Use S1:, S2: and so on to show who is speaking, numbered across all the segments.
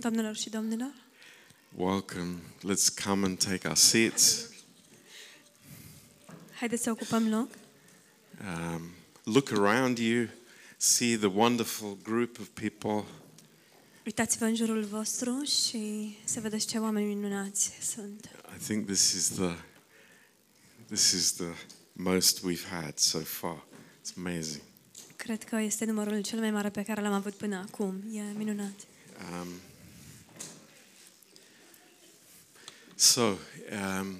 S1: Doamnelor și domnilor,
S2: Welcome. Let's come and take our seats.
S1: haideți să ocupăm loc.
S2: Um, look around you, see the wonderful group of people.
S1: Uitați-vă în jurul vostru și să vedeți ce oameni minunați sunt.
S2: I think this is the this is the most we've had so far. It's amazing.
S1: Cred că este numărul cel mai mare pe care l-am avut până acum. E minunat.
S2: Um, so, um,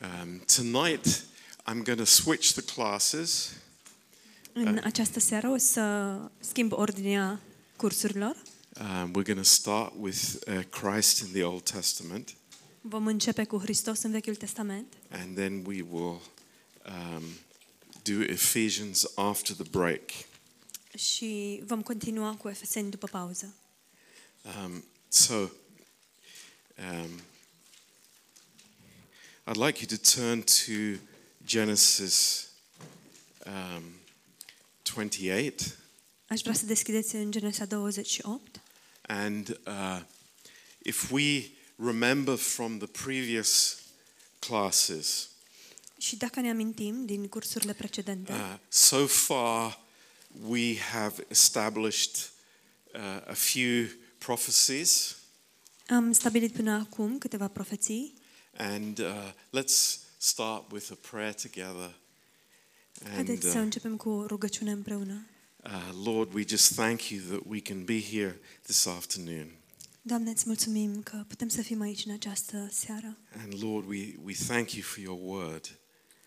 S2: um, tonight I'm going to switch the classes.
S1: În această seară o să schimb ordinea cursurilor.
S2: Um, we're going to start with uh, Christ in the Old Testament,
S1: Vom începe cu Hristos în Vechiul Testament
S2: and then we will um, do Ephesians after the break.
S1: și vom continua cu Efeseni după pauză.
S2: Um, so, um, I'd like you to turn to Genesis um, 28,
S1: Aș vrea să deschideți în Genesa 28
S2: and uh, if we remember from the previous classes,
S1: și dacă ne amintim din cursurile precedente,
S2: uh, so far we have established uh, a few prophecies,
S1: am stabilit până acum câteva profeții
S2: and uh, let's start with a prayer together.
S1: Haideți să
S2: uh,
S1: începem cu rugăciune împreună.
S2: Uh, Lord, we just thank you that we can be here this afternoon.
S1: Doamne, îți mulțumim că putem să fim aici în această seară.
S2: And Lord, we, we thank you for your word.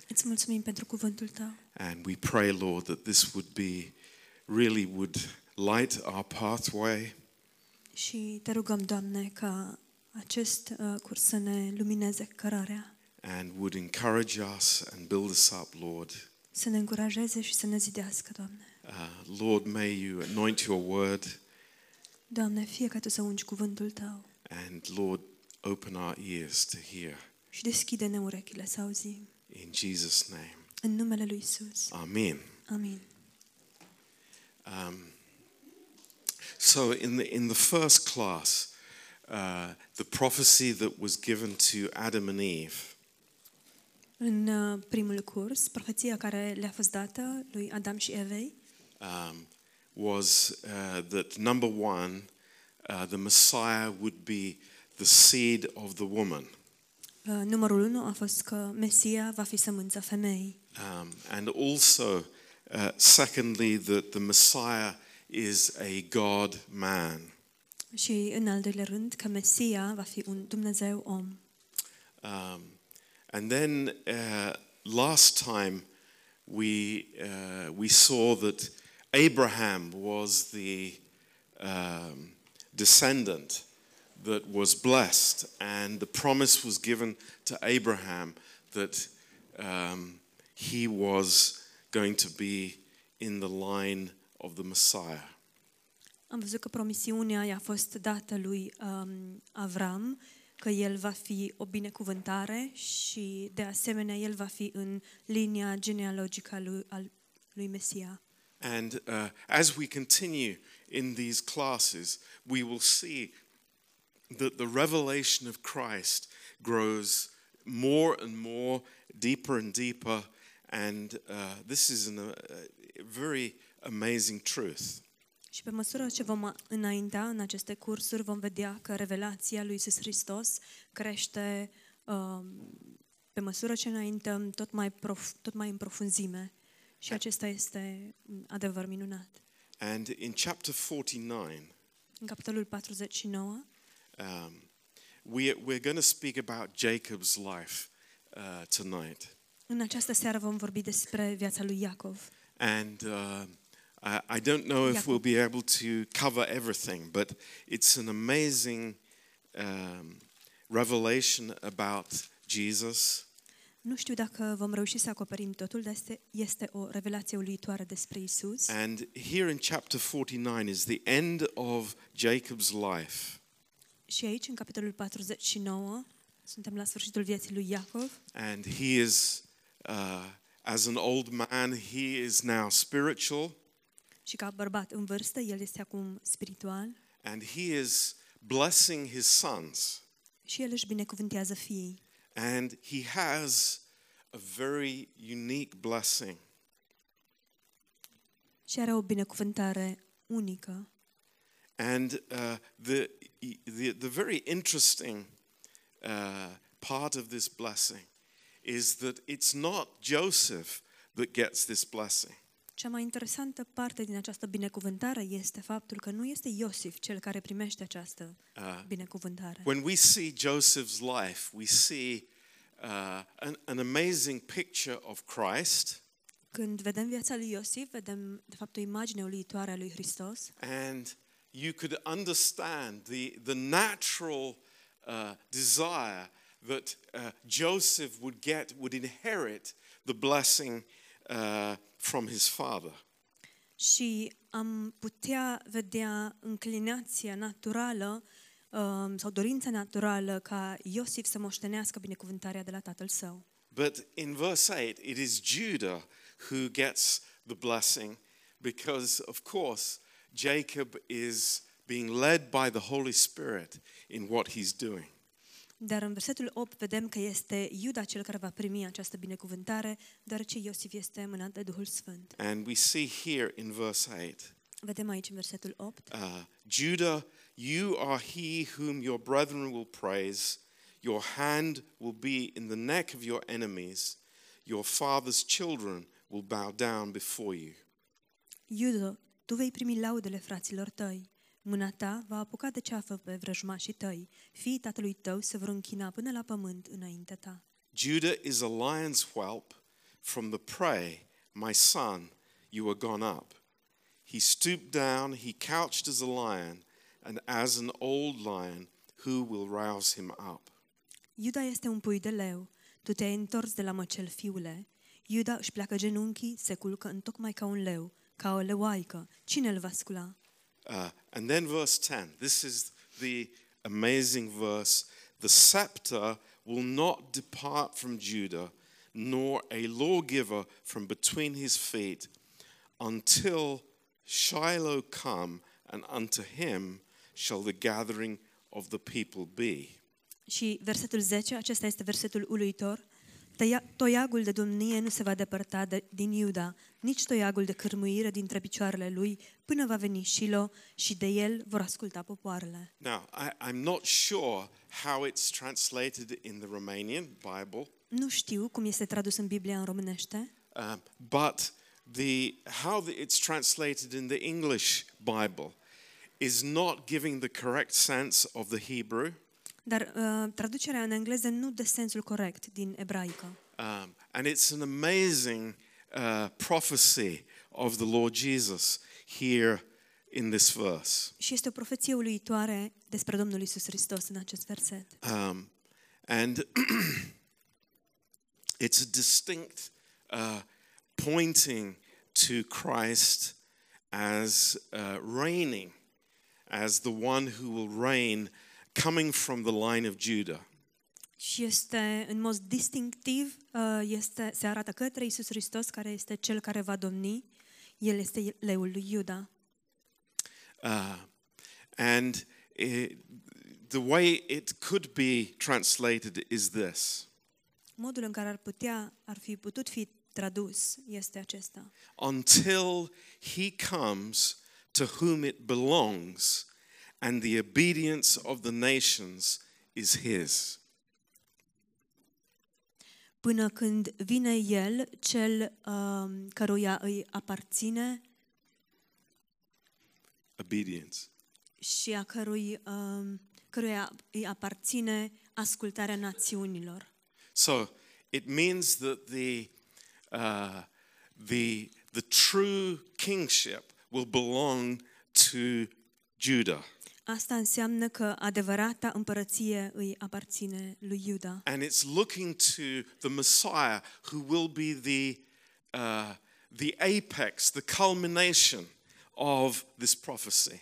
S1: Îți mulțumim pentru cuvântul tău
S2: And we pray, Lord, that this would be really would light our pathway
S1: și te rugăm, Doamne, ca acest uh, curs să ne lumineze cărarea,
S2: and would encourage us and build us up, Lord.
S1: să ne încurajeze și să ne zidească, Doamne.
S2: Uh, Lord, may you anoint your word
S1: Doamne, fie ca Tu să ungi cuvântul Tău
S2: and Lord, open our ears to hear.
S1: și deschide-ne urechile să auzim.
S2: In Jesus' name,
S1: În numele Lui Isus.
S2: Amen.
S1: Amin.
S2: Um, so in the in the first class, uh, the prophecy that was given to Adam and Eve
S1: În uh, primul curs, profeția care le-a fost dată lui Adam și Evei
S2: um, was uh, that number one, uh, the Messiah would be the seed of the woman,
S1: Uh, Numărul 1 a fost că Mesia va fi sămânța femeii
S2: um, and also uh, secondly that the Messiah is a God man.
S1: și, în al doilea rând, că Mesia va fi un Dumnezeu om.
S2: Um, and then uh, last time we, uh, we saw that Abraham was the um, descendant that was blessed, and the promise was given to Abraham that um, he was going to be in the line of the Messiah.
S1: Am văzut că promisiunea i-a fost dată lui um, Avram, că el va fi o binecuvântare și, de asemenea, el va fi în linia genealogică a lui, al lui Mesia.
S2: And uh, as we continue in these classes, we will see that the revelation of Christ grows more and more, deeper and deeper. And uh, this is an, uh, a very amazing truth.
S1: Și pe măsură ce vom înainta în aceste cursuri, vom vedea că revelația lui Iisus Hristos crește um, pe măsură ce înaintăm tot mai, prof, tot mai în profunzime. Și acesta este un adevăr minunat.
S2: And in chapter 49,
S1: În capitolul 49
S2: um, we, we're going to speak about Jacob's life uh, tonight.
S1: În această seară vom vorbi despre viața lui Iacov.
S2: And uh, I, I don't know if
S1: Jakob.
S2: we'll be able to cover everything, but it's an amazing um, revelation about Jesus.
S1: Nu știu dacă vom reuși să acoperim totul, dar este, este o revelație uluitoare despre Isus.
S2: And here in chapter 49 is the end of Jacob's life.
S1: Și aici, în capitolul 49, suntem la sfârșitul vieții lui Iacov.
S2: And he is uh, As an old man, he is now spiritual
S1: Și ca bărbat în vârstă, el este acum spiritual
S2: and he is blessing his sons.
S1: și el își binecuvântează fiii.
S2: And he has a very unique blessing.
S1: Și are o binecuvântare unică.
S2: And uh, the, the, the very interesting uh, part of this blessing is that it's not Joseph that gets this blessing.
S1: Cea mai interesantă parte din această binecuvântare este faptul că nu este Iosif cel care primește această binecuvântare.
S2: When we see Joseph's life, we see uh, an, an amazing picture of Christ
S1: Când vedem viața lui Iosif, vedem de fapt o imagine uluitoare a lui Hristos
S2: And you could understand the, the natural uh, desire that uh, Joseph would get, would inherit the blessing uh, from his father.
S1: și am putea vedea înclinația naturală um, sau dorința naturală ca Iosif să moștenească binecuvântarea de la tatăl său.
S2: But in verse 8, it is Judah who gets the blessing because, of course, Jacob is being led by the Holy Spirit in what he's doing.
S1: Dar în versetul 8 vedem că este Iuda cel care va primi această binecuvântare, deoarece Iosif este mânat de Duhul Sfânt.
S2: And we see here in verse 8
S1: Vedem aici în versetul 8.
S2: uh, Judah, you are he whom your brethren will praise. Your hand will be in the neck of your enemies. Your father's children will bow down before you.
S1: Iudo, tu vei primi laudele fraților tăi. Mâna ta va apuca de ceafă pe vrăjmașii tăi. Fiii tatălui tău se vor închina până la pământ înaintea ta.
S2: Judah is a lion's whelp from the prey, my son, you are gone up. He stooped down, he couched as a lion, and as an old lion, who will rouse him up?
S1: Iuda este un pui de leu. Tu te-ai întors de la măcel, fiule. Iuda își pleacă genunchii, se culcă întocmai ca un leu, ca o leoaică. Cine îl va scula?
S2: Uh, and then verse 10. This is the amazing verse. The scepter will not depart from Judah, nor a lawgiver from between his feet, until Shiloh come, and unto him shall the gathering of the people be.
S1: Și versetul 10, acesta este versetul uluitor. Tăia, toiagul de domnie nu se va depărta de, din Iuda, nici toiagul de cârmuire dintre picioarele lui, până va veni Shilo și de el vor asculta popoarele.
S2: Now, I, I'm not sure how it's translated in the Romanian Bible.
S1: Nu știu cum este tradus în Biblia în românește,
S2: Um, but the, how the, it's translated in the English Bible is not giving the correct sense of the Hebrew.
S1: dar uh, traducerea în engleză nu dă sensul corect din ebraică.
S2: Um, and it's an amazing uh, prophecy of the Lord Jesus here in this verse.
S1: Și este o profeție uluitoare despre Domnul Isus Hristos în acest verset.
S2: Um, and it's a distinct uh, pointing to Christ as uh, reigning, as the one who will reign coming from the line of Judah.
S1: Și este, în mod distinctiv, uh, este, se arată către Isus Hristos, care este cel care va domni. El este leul lui Iuda.
S2: Uh, and it, the way it could be translated is this
S1: Modul în care ar putea, ar fi putut fi tradus este acesta.
S2: until he comes to whom it belongs, and the obedience of the nations is his.
S1: Până când vine El, cel uh, căruia îi aparține
S2: Obedience.
S1: și a cărui, uh, căruia îi aparține ascultarea națiunilor.
S2: So it means that the, uh, the, the true kingship will belong to Judah.
S1: Asta înseamnă că adevărata împărăție îi aparține lui Iuda.
S2: And it's looking to the Messiah who will be the, uh, the apex, the culmination of this prophecy.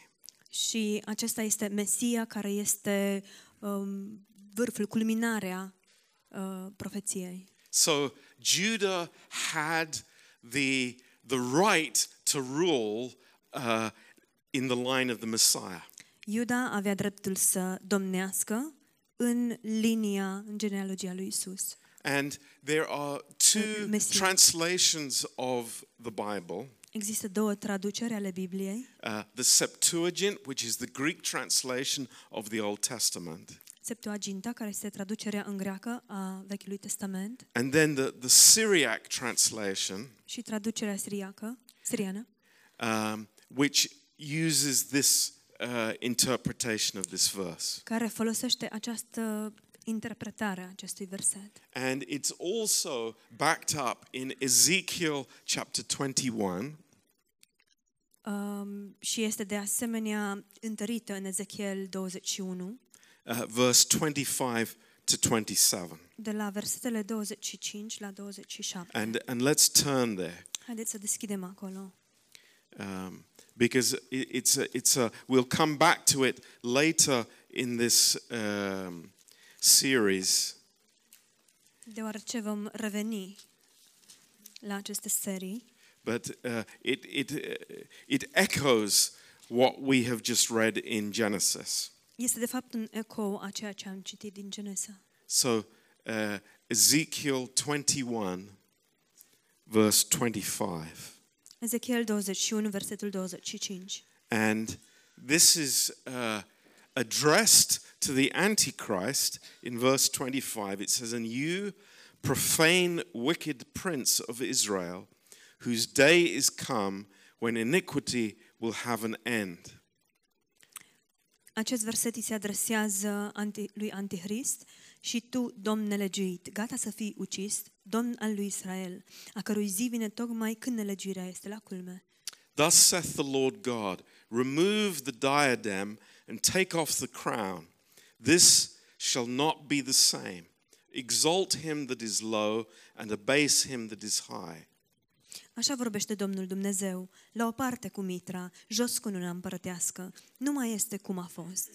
S1: Și acesta este Mesia care este um, vârful, culminarea uh, profeției.
S2: So Judah had the, the right to rule uh, in the line of the Messiah.
S1: Iuda avea dreptul să domnească în linia, în genealogia lui Isus.
S2: And there are two
S1: Messiah.
S2: translations of the Bible
S1: Există două traduceri ale Bibliei.
S2: uh, the Septuagint, which is the Greek translation of the Old Testament,
S1: Septuaginta, care este traducerea în greacă a Vechiului Testament
S2: and then the, the Syriac translation,
S1: și traducerea siriacă, siriană,
S2: um, which uses this uh, interpretation of this verse.
S1: care folosește această interpretare a acestui verset.
S2: And it's also backed up in Ezekiel chapter 21,
S1: Um, și este de asemenea întărită în Ezechiel 21,
S2: uh, verse 25 to 27.
S1: de la versetele 25 la 27.
S2: And, and let's turn there.
S1: Haideți să deschidem acolo.
S2: um, because it, it's a, it's a we'll come back to it later in this um, series
S1: Deoarece vom reveni la aceste serii,
S2: but uh, it it uh, it echoes what we have just read in Genesis
S1: este de fapt un ecou a ceea ce am citit din Genesa.
S2: so uh, Ezekiel 21 verse 25
S1: Ezechiel 21, versetul 25.
S2: and this is uh, addressed to the Antichrist in verse 25. It says, And you, profane, wicked prince of Israel, whose day is come when iniquity will have an end.
S1: Acest verset îi se adresează anti- lui Antihrist și tu, domn nelegiuit, gata să fii ucis, domn al lui Israel, a cărui zi vine tocmai când nelegiuirea este la culme.
S2: Thus saith the Lord God Remove the diadem and take off the crown. This shall not be the same. Exalt him that is low and abase him that is high.
S1: Așa vorbește Domnul Dumnezeu, la o parte cu mitra, jos cu una împărătească, nu mai este cum a fost.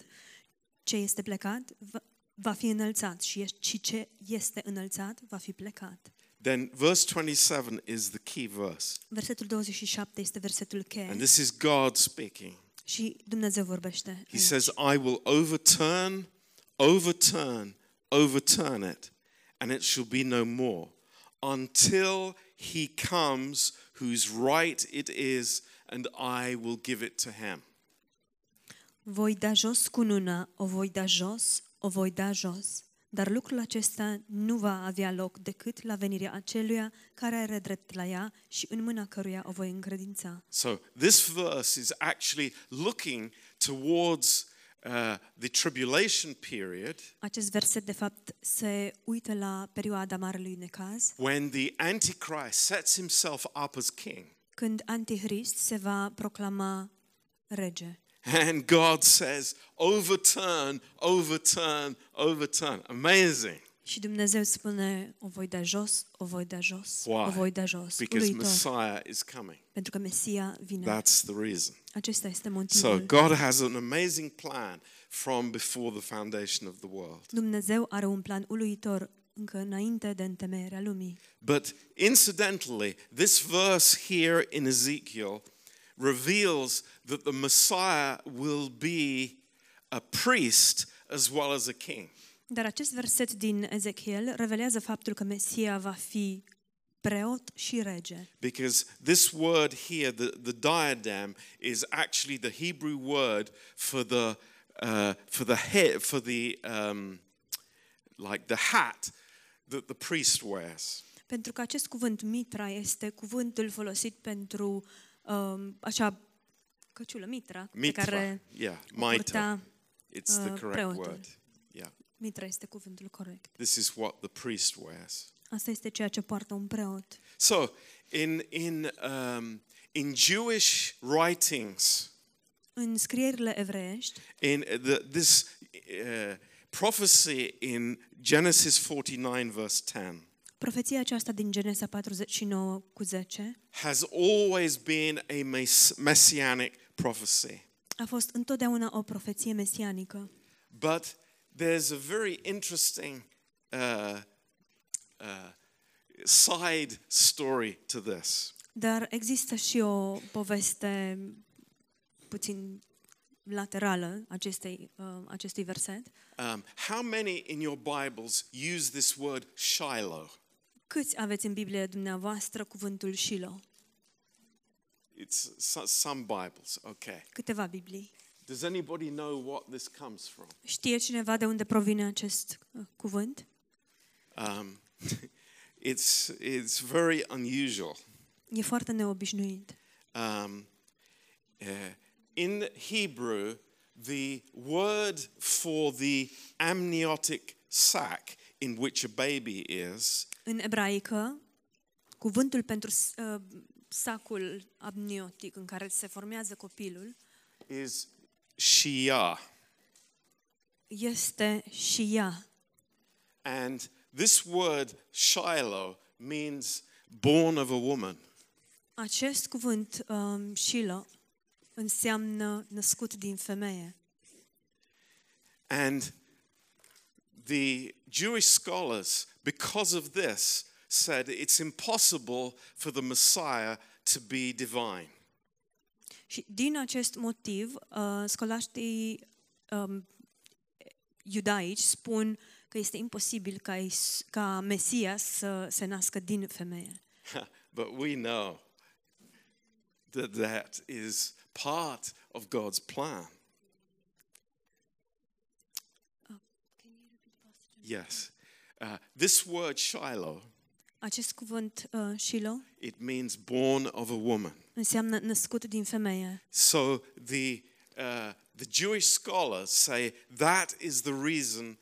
S1: Ce este plecat va- va fi înălțat și ești- și ce este înălțat va fi plecat.
S2: Then verse 27 is the key verse.
S1: Versetul 27 este versetul cheie
S2: And this is God speaking.
S1: și Dumnezeu vorbește.
S2: He
S1: aici.
S2: says, I will overturn, overturn, overturn it, and it shall be no more until he comes whose right it is, and I will give it to him.
S1: Voi da jos cununa, o voi da jos, o voi da jos. Dar lucrul acesta nu va avea loc decât la venirea aceluia care are drept la ea și în mâna căruia o voi încredința.
S2: So this verse is actually looking towards uh, the tribulation period
S1: Acest verset, de fapt, se uită la perioada Marelui Necaz,
S2: when the Antichrist sets himself up as king.
S1: când Antihrist se va proclama rege.
S2: And God says, overturn, overturn, overturn. Amazing.
S1: Și Dumnezeu spune, o voi da jos, o voi da jos,
S2: Why?
S1: o voi da jos,
S2: Because
S1: Uluitor,
S2: Messiah is coming.
S1: pentru că Mesia vine.
S2: That's the reason.
S1: Acesta este motivul.
S2: So God has an amazing plan from before the foundation of the world.
S1: Dumnezeu are un plan uluitor încă înainte de întemeierea lumii.
S2: But incidentally, this verse here in Ezekiel reveals that the Messiah will be a priest as well as a king.
S1: Dar acest verset din Ezechiel revelează faptul că Mesia va fi preot și rege.
S2: Because this word here, the, the diadem, is actually the Hebrew word for the uh, for the head for the um, like the hat that the priest wears.
S1: Pentru că acest cuvânt mitra este cuvântul folosit pentru um, așa căciulă mitra,
S2: Mitra,
S1: pe care
S2: yeah,
S1: o
S2: mitre.
S1: purta
S2: It's the
S1: uh,
S2: correct
S1: preotul.
S2: word. Yeah,
S1: mitra este cuvântul corect.
S2: this is what the priest wears.
S1: Asta este ceea ce poartă un preot.
S2: So in in um, in Jewish writings.
S1: În scrierile evreiești,
S2: in the, this uh, prophecy in Genesis 49, verse 10,
S1: profeția aceasta din Genesa 49 cu 10
S2: has always been a mess- messianic prophecy.
S1: a fost întotdeauna o profeție mesianică.
S2: But there's a very interesting uh, uh, side story to this.
S1: Dar există și o poveste puțin laterală acestei, uh, acestui verset.
S2: Um, how many in your Bibles use this word Shiloh?
S1: Câți aveți în Biblie dumneavoastră cuvântul Shiloh?
S2: It's so- some Bibles. Okay.
S1: Câteva Biblii.
S2: Does anybody know what this comes from?
S1: Știe cineva de unde provine acest uh, cuvânt?
S2: Um, it's, it's very unusual.
S1: E foarte neobișnuit.
S2: Um, uh, in Hebrew, the word for the amniotic sac in which a baby is
S1: În ebraică, cuvântul pentru s- uh, sacul amniotic în care se formează copilul
S2: is shia.
S1: este și ea.
S2: And this word, Shiloh, means born of a woman.
S1: Acest cuvânt, um, Shiloh, înseamnă născut din femeie.
S2: And the Jewish scholars, because of this, said it's impossible for the Messiah to be divine.
S1: Și din acest motiv, uh, scolaștii um, iudaici spun că este imposibil ca, Is- ca Mesia să se nască din femeie.
S2: but we know that that is part of God's plan. Yes. Uh, this word Shiloh,
S1: Acest cuvânt, uh, Shiloh,
S2: it means born of a woman.
S1: înseamnă născut din femeie.
S2: So the, uh, the Jewish scholars say that is the reason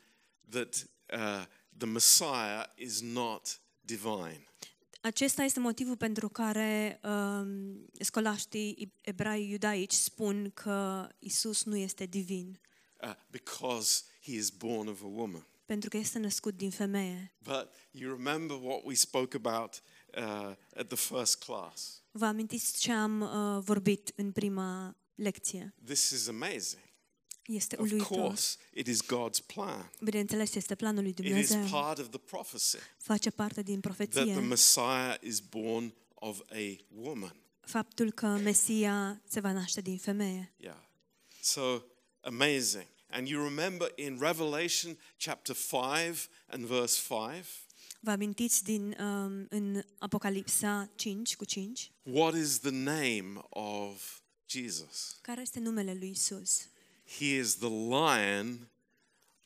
S2: that uh, the Messiah is not divine.
S1: Acesta este motivul pentru care um, scolaștii ebrei iudaici spun că Isus nu este divin,
S2: Uh, because he is born of a woman.
S1: pentru că este născut din femeie.
S2: But you remember what we spoke about uh, at the first class.
S1: Vă amintiți ce am uh, vorbit în prima lecție?
S2: This is amazing.
S1: Este
S2: Of
S1: uluitor.
S2: course, it is God's plan.
S1: Bineînțeles, este planul lui
S2: It is
S1: Dumnezeu.
S2: part of the prophecy
S1: Face parte din
S2: that the
S1: profeție
S2: Messiah is born of a woman.
S1: faptul că Mesia se va naște din femeie.
S2: Yeah. So amazing. And you remember in Revelation chapter 5 and verse 5,
S1: Vă amintiți din um, în Apocalipsa 5 cu 5?
S2: what is the name of Jesus?
S1: Care este numele lui Isus?
S2: He is the lion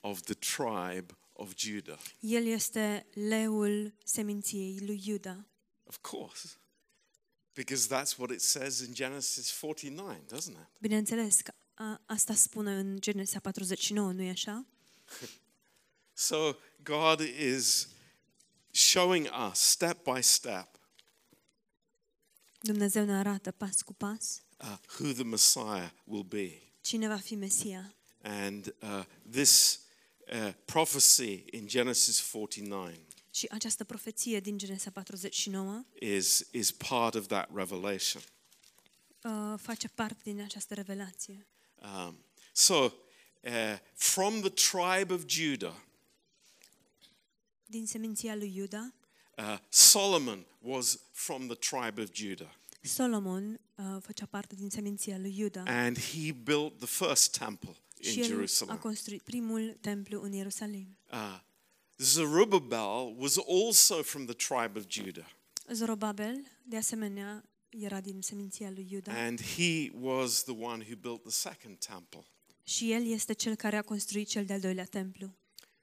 S2: of the tribe of Judah.
S1: El este leul seminției lui Iuda.
S2: Of course. Because that's what it says in Genesis 49, doesn't it?
S1: Bineînțeles că a, asta spune în Genesa 49, nu-i așa?
S2: So God is showing us step by step
S1: Dumnezeu ne arată pas cu pas
S2: uh, who the Messiah will be.
S1: cine va fi Mesia.
S2: And uh, this uh, prophecy in Genesis 49
S1: Și această profeție din Genesa 49
S2: is, is part of that revelation.
S1: uh, face parte din această revelație.
S2: Um, so, uh, from the tribe of Judah,
S1: Din seminția lui Iuda,
S2: uh, Solomon was from the tribe of Judah,
S1: Solomon uh, făcea parte din seminția lui Iuda
S2: and he built the first temple in
S1: și el a
S2: Jerusalem.
S1: construit primul templu în Ierusalim.
S2: Uh, Zerubbabel was also from the tribe of Judah,
S1: Zorobabel, de asemenea, era din seminția lui Iuda
S2: and he was the one who built the second temple,
S1: și el este cel care a construit cel de-al doilea templu.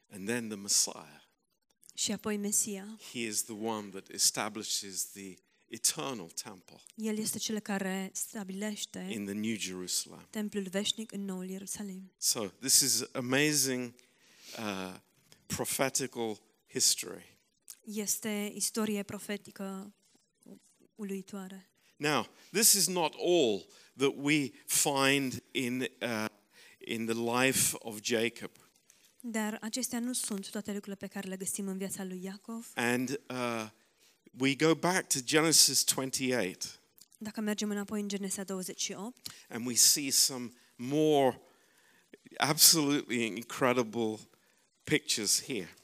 S2: and then the Messiah.
S1: Și apoi Mesia,
S2: He is the one that establishes the eternal temple
S1: el este cel care stabilește
S2: in the New Jerusalem.
S1: templul veșnic în noul Ierusalim.
S2: So, this is amazing uh, prophetical history.
S1: Este istorie profetică uluitoare.
S2: Now, this is not all that we find in, uh, in the life of Jacob.
S1: Dar acestea nu sunt toate lucrurile pe care le găsim în viața lui Iacov.
S2: And uh, we go back to Genesis 28
S1: Dacă mergem înapoi în Genesa 28,
S2: and we see some more absolutely incredible pictures here.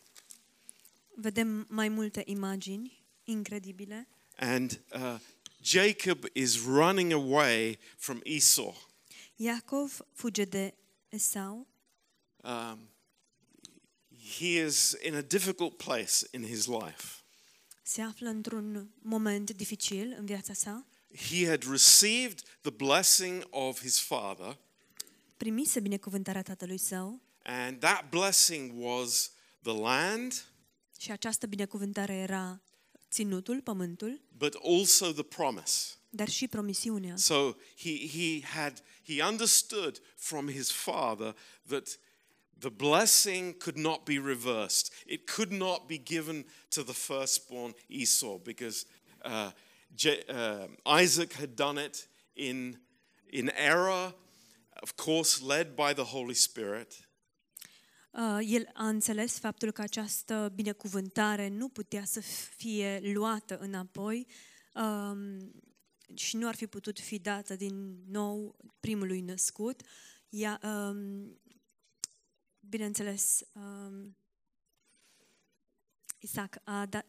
S1: vedem mai multe imagini incredibile.
S2: And uh, Jacob is running away from Esau.
S1: Iacov fuge de Esau,
S2: Um, he is in a difficult place in his life.
S1: se află într-un moment dificil în viața sa,
S2: He had received the blessing of his father,
S1: primise binecuvântarea tatălui său
S2: and that blessing was the land,
S1: și această binecuvântare era ținutul, pământul,
S2: but also the promise.
S1: dar și promisiunea.
S2: So he, he had he understood from his father that the blessing could not be reversed. It could not be given to the firstborn Esau because uh, J- uh, Isaac had done it in in error, of course, led by the Holy Spirit.
S1: Uh, El a înțeles faptul că această binecuvântare nu putea să fie luată înapoi um, și nu ar fi putut fi dată din nou primului născut. Ea, um, bineînțeles, um, Isaac a, da-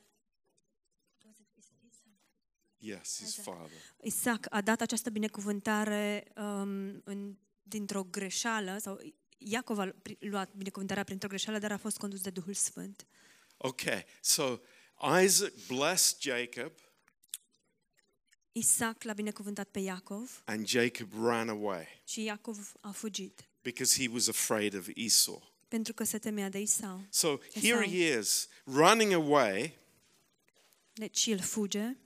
S2: Yes, his father.
S1: Isaac a dat această binecuvântare um, în, dintr-o greșeală, sau Iacov a pri- luat binecuvântarea printr-o greșeală, dar a fost condus de Duhul Sfânt.
S2: Okay, so Isaac blessed Jacob,
S1: Isaac l-a binecuvântat pe Iacov
S2: and Jacob ran away
S1: și Iacov a fugit
S2: because he was afraid of Esau.
S1: pentru că se temea de Isau.
S2: So
S1: Yes,
S2: here
S1: sir.
S2: he is running away,
S1: Deci el fuge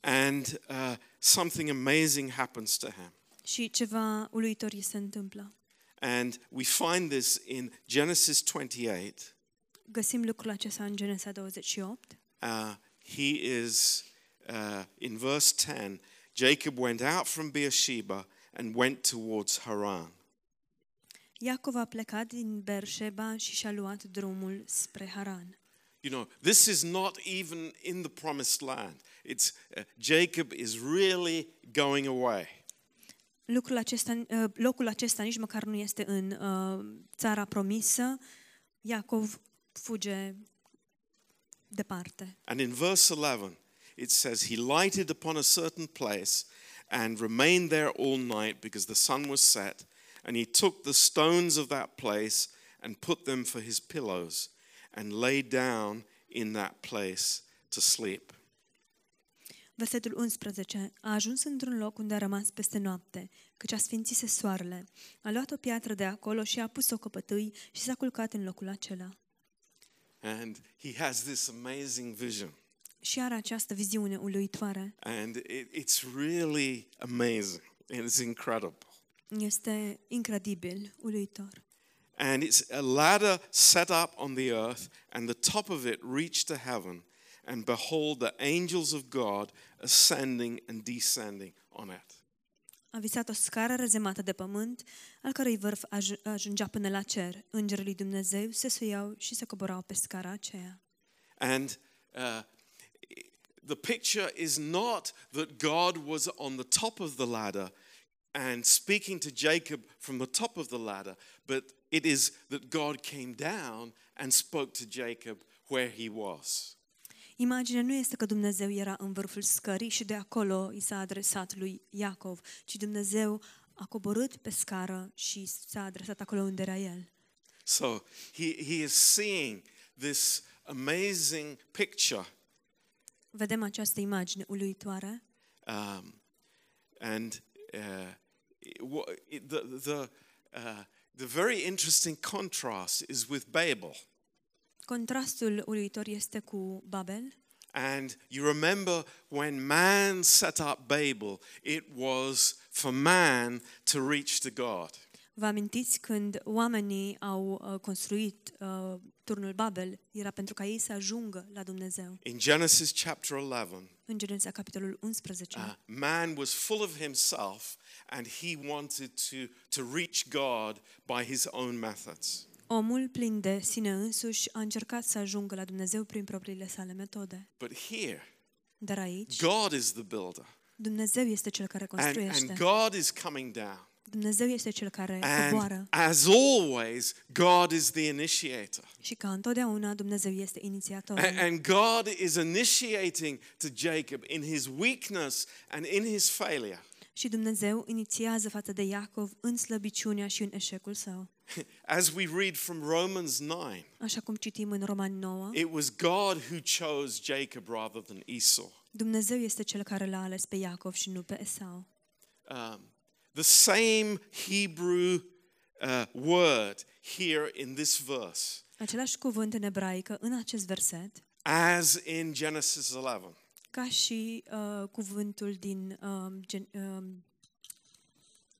S2: and uh, something amazing happens to him.
S1: și ceva uluitor îi se întâmplă.
S2: And we find this in Genesis 28.
S1: Găsim lucrul acesta în Genesa 28.
S2: Uh, he is uh, in verse 10 Jacob went out from Beersheba and went towards Haran.
S1: Iacov a plecat din Berșeba și și-a luat drumul spre Haran.
S2: You know, this is not even in the promised land. It's uh, Jacob is really going away.
S1: Lucrul acesta, uh, locul acesta nici măcar nu este în uh, țara promisă. Iacov fuge departe.
S2: And in verse 11, it says, He lighted upon a certain place and remained there all night because the sun was set. And he took the stones of that place and put them for his pillows and lay down in that place to sleep.
S1: Versetul 11. A ajuns într-un loc unde a rămas peste noapte, căci a sfințise soarele. A luat o piatră de acolo și a pus-o căpătâi și s-a culcat în locul acela.
S2: And he has this amazing vision.
S1: Și are această viziune uluitoare.
S2: And it, it's really amazing. And it's incredible.
S1: Este incredibil, uluitor.
S2: And it's a ladder set up on the earth, and the top of it reached to heaven. And behold, the angels of God ascending and descending on it.
S1: A visat o scară rezemată de pământ, al cărei vârf aj- ajungea până la cer. Îngerii lui Dumnezeu se suiau și se coborau pe scara aceea.
S2: And uh, the picture is not that God was on the top of the ladder and speaking to Jacob from the top of the ladder, but it is that God came down and spoke to Jacob where he was.
S1: Imaginea nu este că Dumnezeu era în vârful scării și de acolo i s-a adresat lui Iacov, ci Dumnezeu a coborât pe scară și s-a adresat acolo unde era el.
S2: So he, he is seeing this amazing picture.
S1: Vedem această imagine uluitoare.
S2: Um, and uh, it, wha- it, the, the, uh, the very interesting contrast is with Babel.
S1: Contrastul uluitor este cu Babel.
S2: And you remember when man set up Babel, it was for man to reach to God.
S1: Vă amintiți când oamenii au uh, construit uh, turnul Babel? Era pentru ca ei să ajungă la Dumnezeu.
S2: In Genesis chapter 11,
S1: În Geneza, capitolul 11.
S2: uh, man was full of himself and he wanted to, to reach God by his own methods.
S1: Omul plin de sine însuși a încercat să ajungă la Dumnezeu prin propriile sale metode.
S2: But here,
S1: Dar aici,
S2: God is the builder.
S1: Dumnezeu este cel care
S2: And,
S1: construiește.
S2: and God is coming down.
S1: Dumnezeu este cel care
S2: And
S1: coboară
S2: as always, God is the initiator.
S1: și ca întotdeauna Dumnezeu este inițiatorul.
S2: A- And God is initiating to Jacob in his weakness and in his failure.
S1: Și Dumnezeu inițiază față de Iacov în slăbiciunea și în eșecul său.
S2: As we read from Romans 9,
S1: Așa cum citim în Romani 9,
S2: it was God who chose Jacob rather than Esau.
S1: Dumnezeu este cel care l-a ales pe Iacov și nu pe Esau.
S2: Um, the same Hebrew uh, word here in this verse
S1: Același cuvânt în ebraică în acest verset,
S2: as in Genesis 11.
S1: ca și uh, cuvântul din um, gen, um,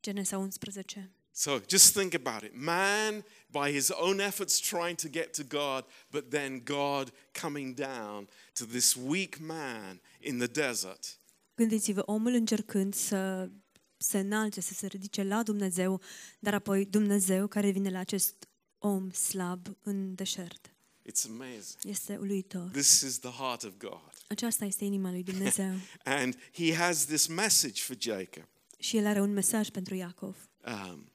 S1: Genesa 11.
S2: So just think about it. Man, by his own efforts, trying to get to God, but then God coming down to this weak man in the desert.
S1: Gândiți-vă, omul încercând să se înalce, să se ridice la Dumnezeu, dar apoi Dumnezeu care vine la acest om slab în deșert.
S2: It's amazing.
S1: Este uluitor.
S2: This is the heart of God.
S1: Aceasta este inima lui Dumnezeu.
S2: And he has this message for Jacob
S1: și el are un mesaj pentru Iacov.
S2: um,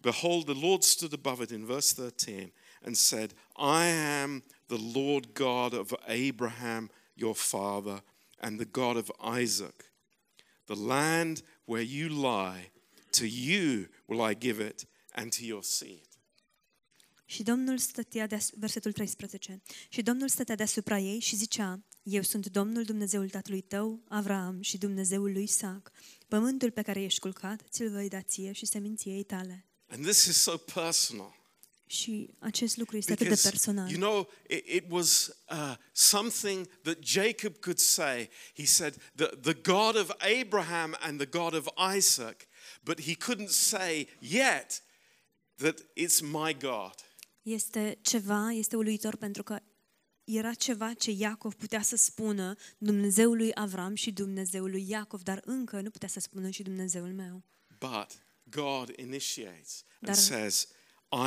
S2: Behold, the Lord stood above it in verse 13 and said, I am the Lord God of Abraham, your father, and the God of Isaac. The land where you lie, to you will I give it, and to your seed.
S1: Și Domnul stătea deas- versetul 13. Și Domnul stătea deasupra ei și zicea: Eu sunt Domnul Dumnezeul tatălui tău, Avram, și Dumnezeul lui Isaac. Pământul pe care ești culcat, ți-l voi da ție și seminției tale.
S2: And this is so personal.
S1: Și acest lucru este atât de
S2: Because,
S1: personal.
S2: you know, it, it was uh, something that Jacob could say. He said, the, the God of Abraham and the God of Isaac, but he couldn't say yet that it's my God.
S1: Este ceva, este uluitor pentru că era ceva ce Iacov putea să spună Dumnezeul lui Avram și Dumnezeul lui Iacov, dar încă nu putea să spună și Dumnezeul meu.
S2: But God initiates and
S1: Dar-
S2: says,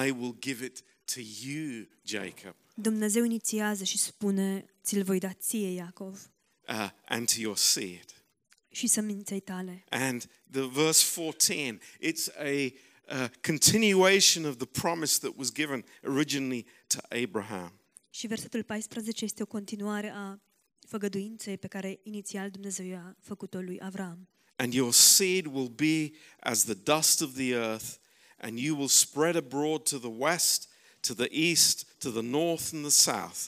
S2: I will give it to you, Jacob,
S1: Dumnezeu inițiază și spune, ți-l voi da ție, Iacov,
S2: uh, and to your seed.
S1: și seminței tale.
S2: And the verse 14, it's a, uh continuation of the promise that was given originally to Abraham.
S1: Și versetul 14 este o continuare a făgăduinței pe care inițial Dumnezeu i-a făcut-o lui Avram.
S2: And your seed will be as the dust of the earth, and you will spread abroad to the west, to the east, to the north, and the south.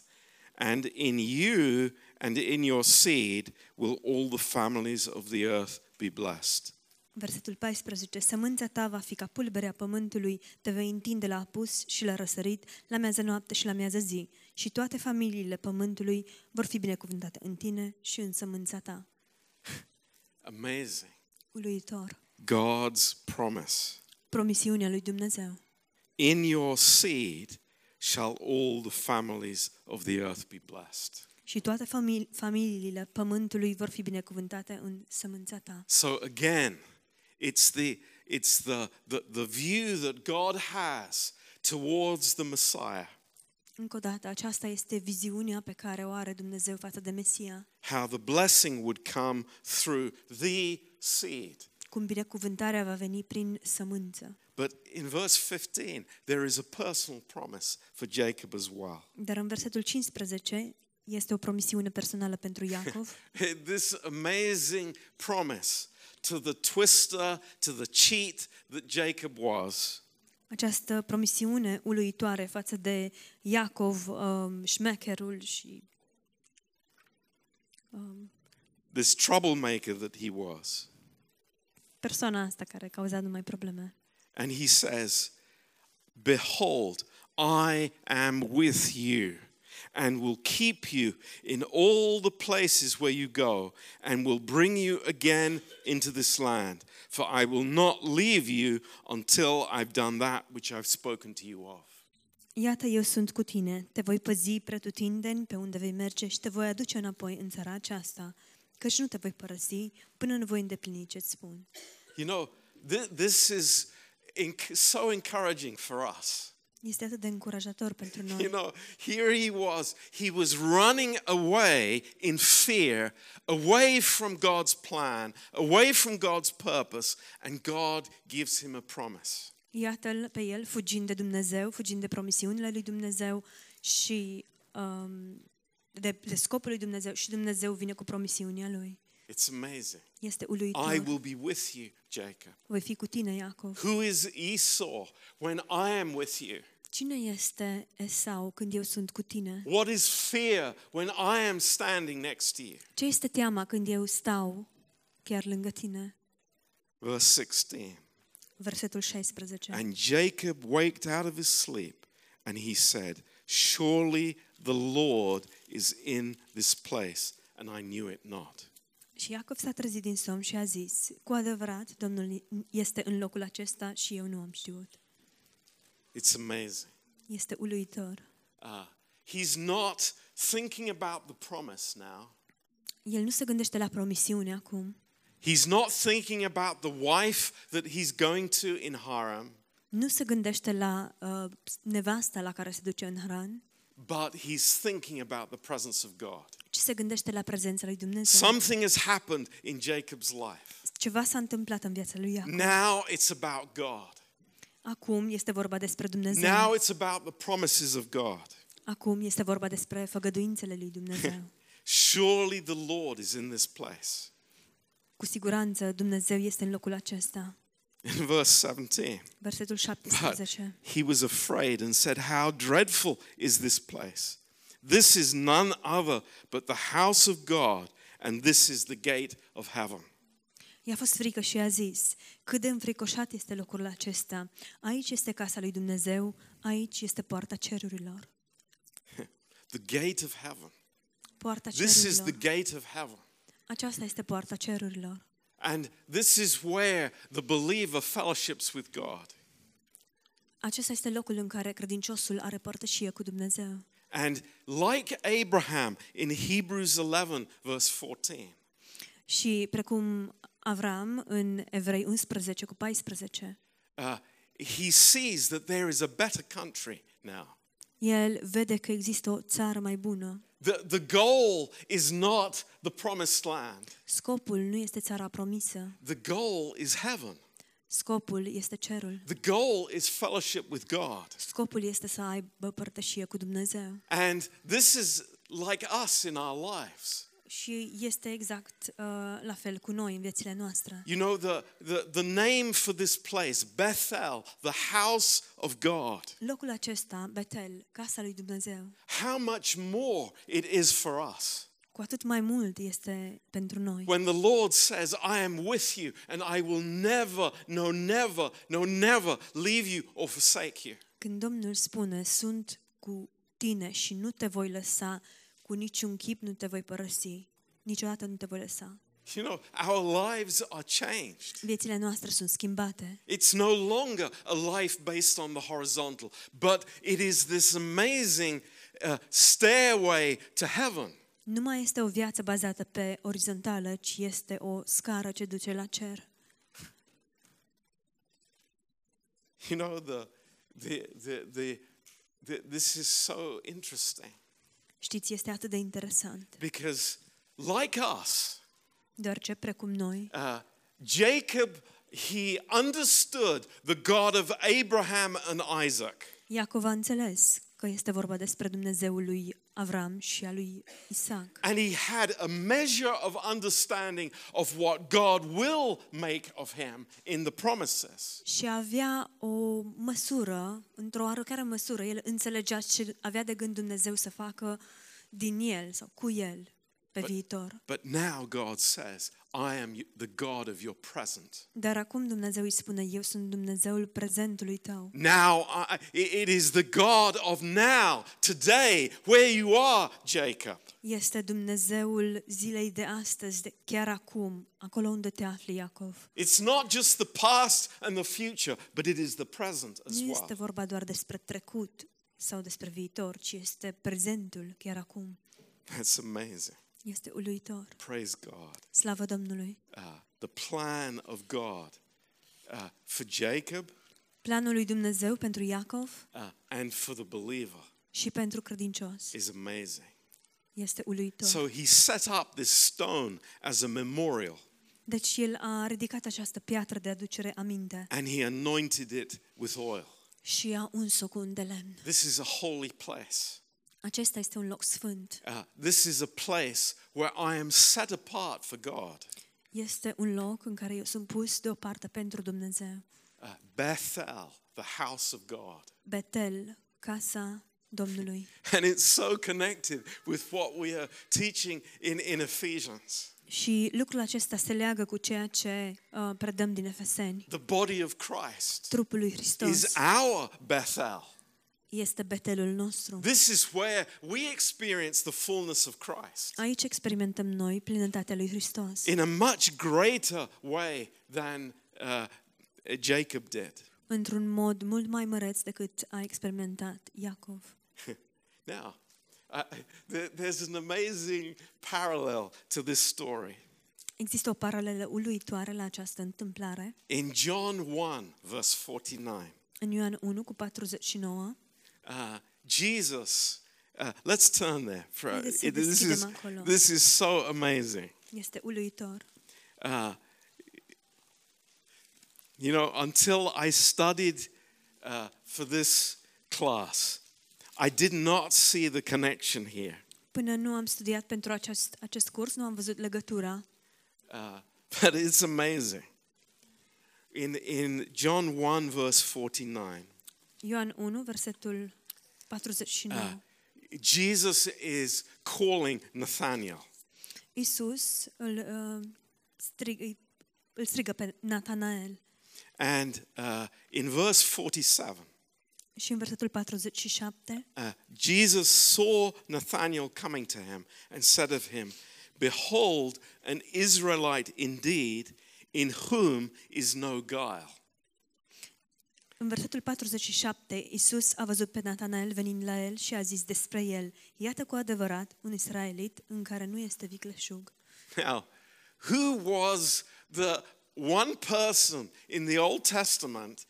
S2: And in you and in your seed will all the families of the earth be blessed.
S1: Versetul 14. Sămânța ta va fi ca pulberea pământului, te vei întinde la apus și la răsărit, la miază noapte și la miază zi, și toate familiile pământului vor fi binecuvântate în tine și în sămânța ta.
S2: Amazing.
S1: Uluitor.
S2: God's promise.
S1: Promisiunea lui Dumnezeu.
S2: In your seed shall all the families of the earth be blessed.
S1: Și toate famili- familiile pământului vor fi binecuvântate în sămânța ta.
S2: So again, it's the it's the the, the view that God has towards the Messiah.
S1: Încă o dată, aceasta este viziunea pe care o are Dumnezeu față de Mesia,
S2: How the blessing would come through the seed.
S1: cum binecuvântarea va veni prin sămânță.
S2: But in verse 15, there is a personal promise for Jacob as well.
S1: Dar în versetul 15 este o promisiune personală pentru Iacov,
S2: This amazing promise to the twister, to the cheat that Jacob was.
S1: această promisiune uluitoare față de Iacov, um, șmecherul și
S2: this troublemaker that he was.
S1: persoana asta care cauza numai probleme.
S2: And he says, Behold, I am with you and will keep you in all the places where you go and will bring you again into this land. For I will not leave you until I've done that which I've spoken to you of.
S1: Iată, eu sunt cu tine, te voi păzi pretutindeni pe unde vei merge și te voi aduce înapoi în țara aceasta, căci nu te voi părăsi până nu voi îndeplini ce-ți spun.
S2: You know, th- this is enc- so encouraging for us.
S1: Este atât de încurajator pentru
S2: You
S1: noi.
S2: know, here he was. He was running away in fear, away from God's plan, away from God's purpose, and God gives him a promise.
S1: Iată-l pe el fugind de Dumnezeu, fugind de promisiunile lui Dumnezeu și um, de, de scopul lui Dumnezeu și Dumnezeu vine cu promisiunea lui.
S2: It's amazing.
S1: Este
S2: I
S1: uluitor.
S2: will be with you, Jacob.
S1: Voi fi cu tine, Iacov.
S2: Who is Esau when I am with you?
S1: Cine este Esau când eu sunt cu tine?
S2: What is fear when I am standing next to you?
S1: Ce este teama când eu stau chiar lângă tine?
S2: Verse 16.
S1: Versetul 16.
S2: And Jacob waked out of his sleep, and he said, Surely the Lord is in this place, and I knew it not.
S1: Și Iacov s-a trezit din somn și a zis, cu adevărat, Domnul este în locul acesta și eu nu am știut.
S2: It's amazing.
S1: Este uluitor.
S2: Uh, he's not thinking about the promise now.
S1: El nu se gândește la promisiune acum.
S2: He's not thinking about the wife that he's going to in Haram,
S1: Nu se gândește la uh, nevasta la care se duce în hran,
S2: but he's thinking about the presence of God.
S1: ci se gândește la prezența lui Dumnezeu.
S2: Something has happened in Jacob's life.
S1: Ceva s-a întâmplat în viața lui Iacov.
S2: Now it's about God.
S1: Acum este vorba despre Dumnezeu.
S2: Now it's about the promises of God.
S1: Acum este vorba despre făgăduințele lui Dumnezeu.
S2: Surely the Lord is in this place.
S1: Cu siguranță Dumnezeu este în locul acesta.
S2: In verse 17,
S1: Versetul
S2: but
S1: 17.
S2: he was afraid and said, How dreadful is this place! This is none other but the house of God, and this is the gate of heaven.
S1: I-a fost frică și a zis, cât de înfricoșat este locul acesta. Aici este casa lui Dumnezeu, aici este poarta cerurilor.
S2: The gate of heaven.
S1: Poarta
S2: This is the
S1: cerurilor.
S2: gate of heaven.
S1: Aceasta este poarta cerurilor.
S2: And this is where the believer fellowships with God.
S1: Acesta este locul în care credinciosul are părtășie cu Dumnezeu.
S2: And like Abraham in Hebrews 11, verse 14,
S1: Și precum Avram în Evrei 11 cu 14,
S2: uh, he sees that there is a better country now.
S1: el vede că există o țară mai bună.
S2: The, the goal is not the promised land,
S1: Scopul nu este țara promisă,
S2: the goal is heaven.
S1: scopul este cerul.
S2: The goal is fellowship with God.
S1: Scopul este să aibă părtășie cu Dumnezeu.
S2: And this is like us in our lives.
S1: Și este exact uh, la fel cu noi în viețile noastre.
S2: You know, the, the, the name for this place, Bethel, the house of God,
S1: Locul acesta, Betel, casa lui Dumnezeu,
S2: how much more it is for us.
S1: cu atât mai mult este pentru noi.
S2: When the Lord says, I am with you and I will never, no, never, no, never leave you or forsake you.
S1: Când Domnul spune, sunt cu tine și nu te voi lăsa, cu niciun chip nu te voi părăsi, niciodată nu te voi lăsa.
S2: You know, our lives are changed.
S1: Viețile noastre sunt schimbate.
S2: It's no longer a life based on the horizontal, but it is this amazing uh, stairway to heaven.
S1: Nu mai este o viață bazată pe orizontală, ci este o scară ce duce la cer.
S2: You know, the, the, the, the, the, this is so interesting
S1: Știți, este atât de interesant.
S2: because, like us,
S1: Deoarece, precum noi,
S2: uh, Jacob, he understood the God of Abraham and Isaac.
S1: Iacov a înțeles că este vorba despre Dumnezeul lui Avram și a lui Isaac
S2: And he had a measure of understanding of what God will make of him in the promises.
S1: și avea o măsură, într-o oarecare măsură, el înțelegea ce avea de gând Dumnezeu să facă din el sau cu el pe viitor.
S2: But now God says, I am y- the God of your present.
S1: Dar acum Dumnezeu îi spune, eu sunt Dumnezeul prezentului tău.
S2: Now, I, it it is the God of now, today, where you are, Jacob.
S1: Este Dumnezeul zilei de astăzi, de chiar acum, acolo unde te afli, Iacov.
S2: It's not just the past and the future, but it is the present
S1: Nu
S2: as well.
S1: este vorba doar despre trecut sau despre viitor, ci este prezentul chiar acum.
S2: That's amazing.
S1: Este uluitor.
S2: Praise God.
S1: Slavă Domnului!
S2: Uh, the plan of God uh, for Jacob
S1: Planul lui Dumnezeu pentru Iacov
S2: uh, and for the believer
S1: și pentru credincios
S2: is amazing.
S1: este uluitor.
S2: So he set up this stone as a memorial
S1: Deci el a ridicat această piatră de aducere aminte
S2: and he anointed it with oil.
S1: și a uns-o cu un de lemn.
S2: This is a holy place.
S1: Acesta este un loc sfânt.
S2: Uh, this is a place where I am set apart for God.
S1: Este un loc în care eu sunt pus deoparte pentru Dumnezeu.
S2: Uh, Bethel, the house of God.
S1: Betel, casa Domnului.
S2: And it's so connected with what we are teaching in, in Ephesians.
S1: Și lucrul acesta se leagă cu ceea ce uh, predăm din Efeseni.
S2: The body of Christ
S1: Trupul lui Hristos
S2: is our Bethel.
S1: este betelul nostru.
S2: This is where we experience the fullness of Christ
S1: Aici experimentăm noi plinătatea lui Hristos
S2: in a much greater way than uh, Jacob did.
S1: într-un mod mult mai măreț decât a experimentat Iacov.
S2: Now, uh, there- there's an amazing parallel to this story.
S1: Există o paralelă uluitoare la această întâmplare.
S2: In John 1, verse 49,
S1: În Ioan 1 cu 49,
S2: uh, Jesus, uh, let's turn there. For,
S1: Haideți să
S2: it- this, is,
S1: deschidem acolo.
S2: this is so amazing.
S1: este uluitor.
S2: Uh, you know, until I studied uh, for this class, I did not see the connection here.
S1: Până nu am studiat pentru acest, acest curs, nu am văzut legătura,
S2: Uh, but it's amazing. In, in John 1, verse 49,
S1: Ioan 1, versetul 49.
S2: uh, Jesus is calling Nathanael.
S1: Isus îl, uh, strig, îi- îl strigă pe Natanael
S2: And uh, in verse 47,
S1: și în versetul 47,
S2: uh, Jesus saw Nathanael coming to him and said of him, Behold, an Israelite indeed, in whom is no guile.
S1: în versetul 47, Isus a văzut pe Natanael venind la el și a zis despre el, iată cu adevărat un israelit în care nu este vicleșug.
S2: Now, who was the one person in the Old Testament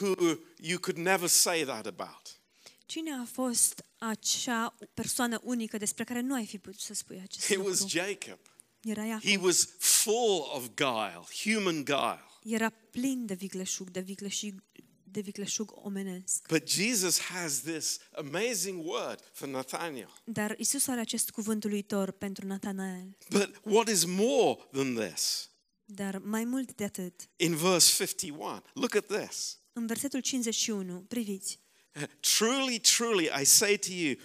S2: who you could never say that about?
S1: Cine a fost acea persoană unică despre care nu ai fi putut să spui acest
S2: It was
S1: lucru?
S2: Jacob.
S1: Era Iacov.
S2: He was full of guile, human guile.
S1: Era plin de vicleșug, de vicleșug, de vicleșug omenesc.
S2: But Jesus has this amazing word for Nathanael.
S1: Dar Isus are acest cuvânt uluitor pentru Natanael.
S2: But what is more than this?
S1: Dar mai mult de atât,
S2: In verse 51, look at this.
S1: în versetul 51, priviți,
S2: Truly, truly, I say to you,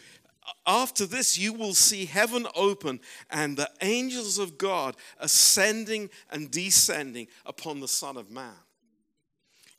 S2: after this you will see heaven open and the angels of God ascending and descending upon the Son of Man.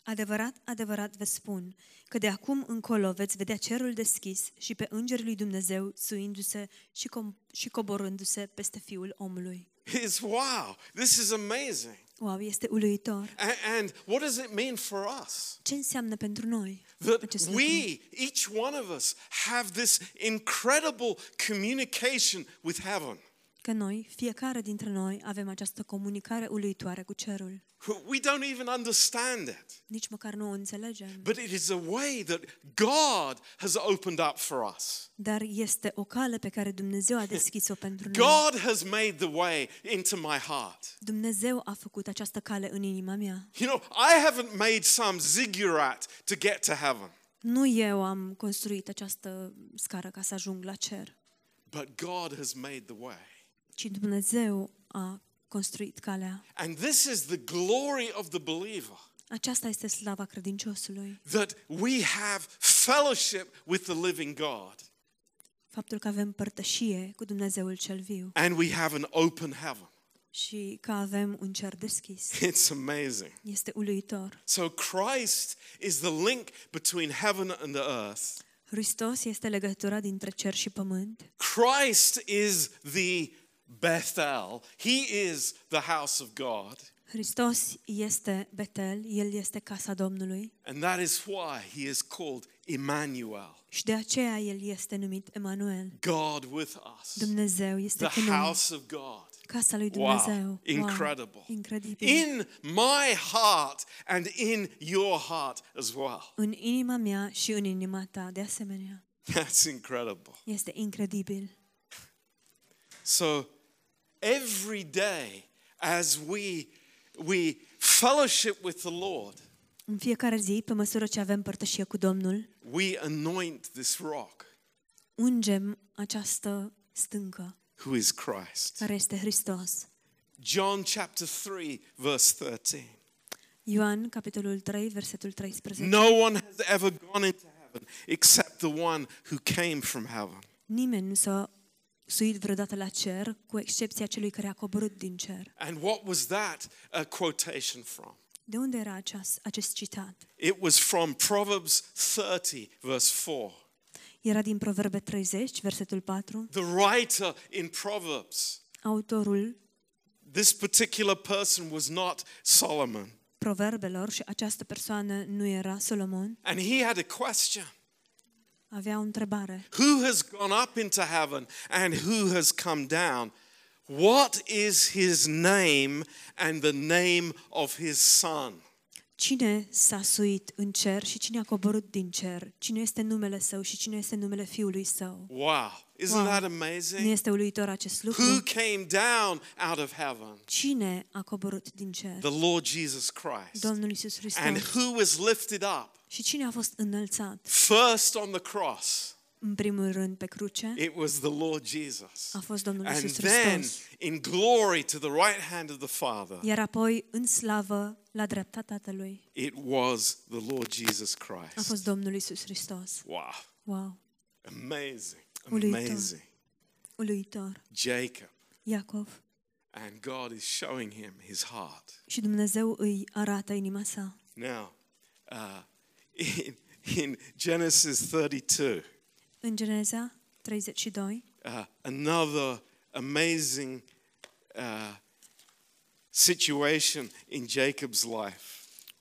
S1: adevărat, adevărat vă spun că de acum încolo veți vedea cerul deschis și pe îngerii lui Dumnezeu suindu-se și, com- și coborându-se peste Fiul omului.
S2: It's wow, this is amazing.
S1: Wow, este uluitor!
S2: A- And what does it mean for us?
S1: Ce înseamnă pentru noi
S2: That
S1: acest lucru?
S2: we, each one of us, have this incredible communication with heaven.
S1: Că noi, fiecare dintre noi, avem această comunicare uluitoare cu cerul.
S2: We don't even understand it.
S1: Nici măcar nu o înțelegem.
S2: But it is a way that God has opened up for us.
S1: Dar este o cale pe care Dumnezeu a deschis-o pentru noi.
S2: God has made the way into my heart.
S1: Dumnezeu a făcut această cale în inima mea.
S2: You know, I haven't made some ziggurat to get to heaven,
S1: Nu eu am construit această scară ca să ajung la cer,
S2: but God has made the way.
S1: ci Dumnezeu a construit calea.
S2: And this is the glory of the believer
S1: Aceasta este slava credinciosului.
S2: that we have fellowship with the living God
S1: Faptul că avem părtășie cu Dumnezeul cel viu
S2: and we have an open heaven.
S1: și că avem un cer deschis.
S2: It's amazing.
S1: Este uluitor.
S2: So, Christ is the link between heaven and the earth.
S1: Hristos este legătura dintre cer și pământ.
S2: Christ is the Bethel. He is the house of God.
S1: Hristos este Betel, El este casa Domnului
S2: And that is why he is called Emmanuel,
S1: și de aceea El este numit Emanuel.
S2: God with us,
S1: Dumnezeu este
S2: the
S1: cu noi.
S2: house of God.
S1: Casa lui Dumnezeu.
S2: Wow.
S1: Wow.
S2: Incredible.
S1: Incredibil.
S2: In my heart and in your heart as well.
S1: în inima mea și în inima ta, de asemenea.
S2: That's incredible.
S1: Este incredibil.
S2: So every day as we we fellowship with the Lord,
S1: În fiecare zi, pe măsură ce avem părtășie cu Domnul,
S2: we anoint this rock
S1: ungem această stâncă,
S2: who is Christ.
S1: care este Hristos.
S2: John chapter 3 verse 13.
S1: Ioan, capitolul 3, versetul 13.
S2: No one has ever gone into heaven except the one who came from heaven.
S1: Nimeni nu s-a suit vreodată la cer, cu excepția celui care a coborât din cer.
S2: And what was that a quotation from?
S1: De unde era aceas, acest citat?
S2: It was from Proverbs 30 verse 4.
S1: Era din Proverbe 30, versetul 4.
S2: The writer in Proverbs,
S1: Autorul
S2: this particular person was not Solomon.
S1: proverbelor și această persoană nu era Solomon,
S2: And he had a question
S1: avea o întrebare.
S2: Who has gone up into heaven and who has come down? What is his name and the name of his son?
S1: Cine s-a suit în cer și cine a coborât din cer? Cine este numele său și cine este numele fiului său?
S2: Wow, isn't
S1: Wow.
S2: that
S1: Nu
S2: amazing?
S1: este uluitor acest lucru?
S2: Who came down out of heaven?
S1: Cine a coborât din cer?
S2: The Lord Jesus Christ.
S1: Domnul Isus
S2: And
S1: Hristos.
S2: who was lifted up?
S1: Și cine a fost înălțat?
S2: First on the cross,
S1: În primul rând pe cruce
S2: it was the Lord Jesus.
S1: a fost Domnul
S2: And
S1: Isus
S2: then
S1: Hristos.
S2: in glory to the right hand of the Father,
S1: Iar apoi, în slavă, la dreapta Tatălui,
S2: it was the Lord Jesus
S1: a
S2: Christ.
S1: fost Domnul Isus Hristos.
S2: Wow.
S1: Wow!
S2: Amazing.
S1: Uluitor.
S2: Amazing.
S1: Uluitor!
S2: Jacob.
S1: Iacov.
S2: And God is showing him his heart.
S1: Și Dumnezeu îi arată inima sa.
S2: Now, uh, in, in Genesis 32,
S1: În Geneza 32,
S2: uh, another amazing uh, situation in Jacob's life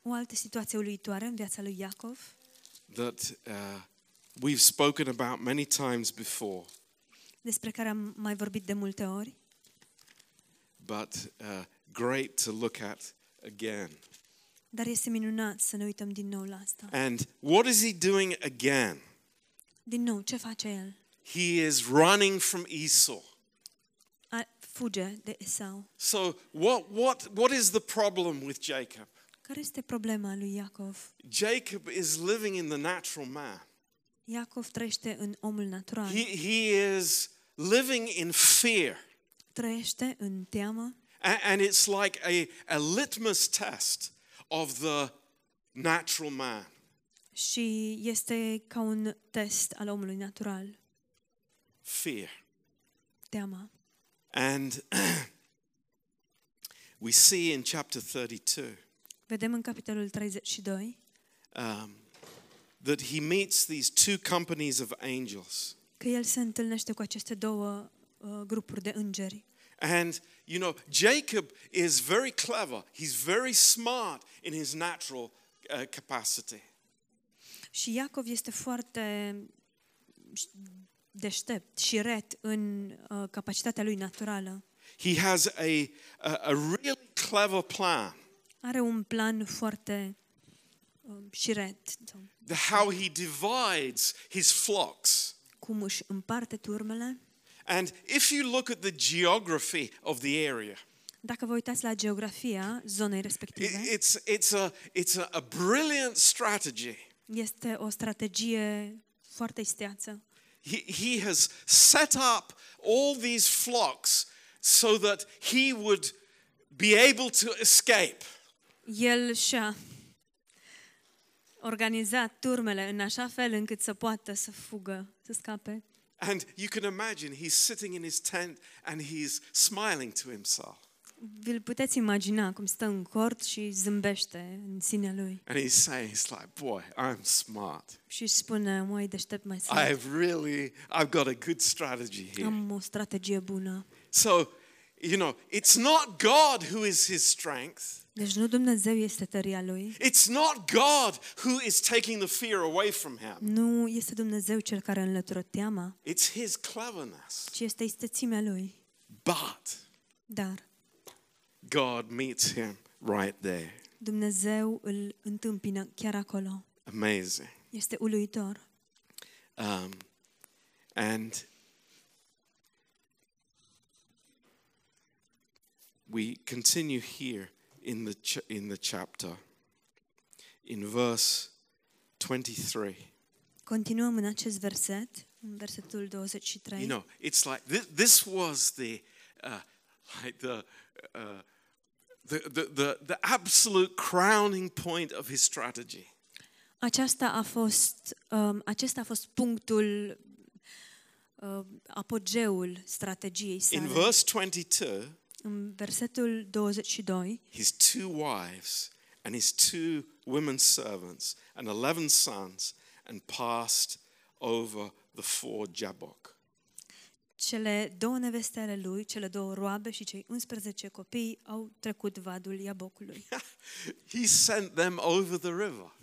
S1: o altă situație uluitoare în viața lui Iacov,
S2: that uh, we've spoken about many times before.
S1: despre care am mai vorbit de multe ori,
S2: but uh, great to look at again.
S1: dar este minunat să ne uităm din nou la asta.
S2: And what is he doing again?
S1: Din nou, ce face el?
S2: He is running from Esau.
S1: A, fuge de Esau.
S2: So what what what is the problem with Jacob?
S1: Care este problema lui Iacov?
S2: Jacob is living in the natural man.
S1: Iacov trăiește în omul natural,
S2: He he is living in fear.
S1: trăiește în teamă
S2: A- And it's like a, a litmus test of the natural man.
S1: și este ca un test al omului natural,
S2: Fear.
S1: teama.
S2: And we see in chapter 32
S1: Vedem în capitolul 32
S2: um, that he meets these two companies of angels.
S1: că el se întâlnește cu aceste două uh, grupuri de îngeri.
S2: And, you know, Jacob is very clever, he's very smart in his natural uh, capacity.
S1: Și Iacov este foarte deștept și ret în uh, capacitatea lui naturală.
S2: He has a, a, a really clever plan
S1: Are un plan foarte um, șiret, sau
S2: the how he divides his flocks.
S1: cum își împarte turmele.
S2: And if you look at the geography of the area,
S1: Dacă vă uitați la geografia zonei
S2: i-
S1: respective,
S2: it's, it's, a, it's a, a brilliant strategy.
S1: este o strategie foarte isteață.
S2: He, he has set up all these flocks so that he would be able to escape.
S1: El și-a organizat turmele în așa fel încât să poată să fugă, să scape.
S2: And you can imagine he's sitting in his tent and he's smiling to himself.
S1: Vi-l puteți imagina cum stă în cort și zâmbește în sine lui
S2: And he's saying, he's like, boy, I'm smart.
S1: și își spune, măi, deștept mai să
S2: I've really, I've got a good strategy here.
S1: am o strategie bună.
S2: So, you know, it's not God who is his strength.
S1: Deci nu Dumnezeu este tăria lui,
S2: It's not God who is taking the fear away from him.
S1: nu este Dumnezeu cel care înlătură teama,
S2: It's his cleverness.
S1: ci este istețimea lui.
S2: But
S1: Dar
S2: God meets him right there.
S1: Dumnezeu îl întâmpină chiar acolo.
S2: Amazing.
S1: Este uluitor.
S2: Um, and we continue here in the, ch- in the chapter, in verse 23.
S1: Continuăm în acest verset, în versetul 23.
S2: You know, it's like this, this was the, uh, like the, uh, the, the, the, the absolute crowning point of his strategy.
S1: Aceasta a fost, um, acesta a fost punctul, uh, apogeul strategiei
S2: In
S1: sale.
S2: verse 22,
S1: În versetul 22,
S2: his two wives and his two women servants and 11 sons and passed over the four Jabbok.
S1: cele două neveste ale lui, cele două roabe și cei 11 copii au trecut vadul Iabocului.
S2: he sent them over the river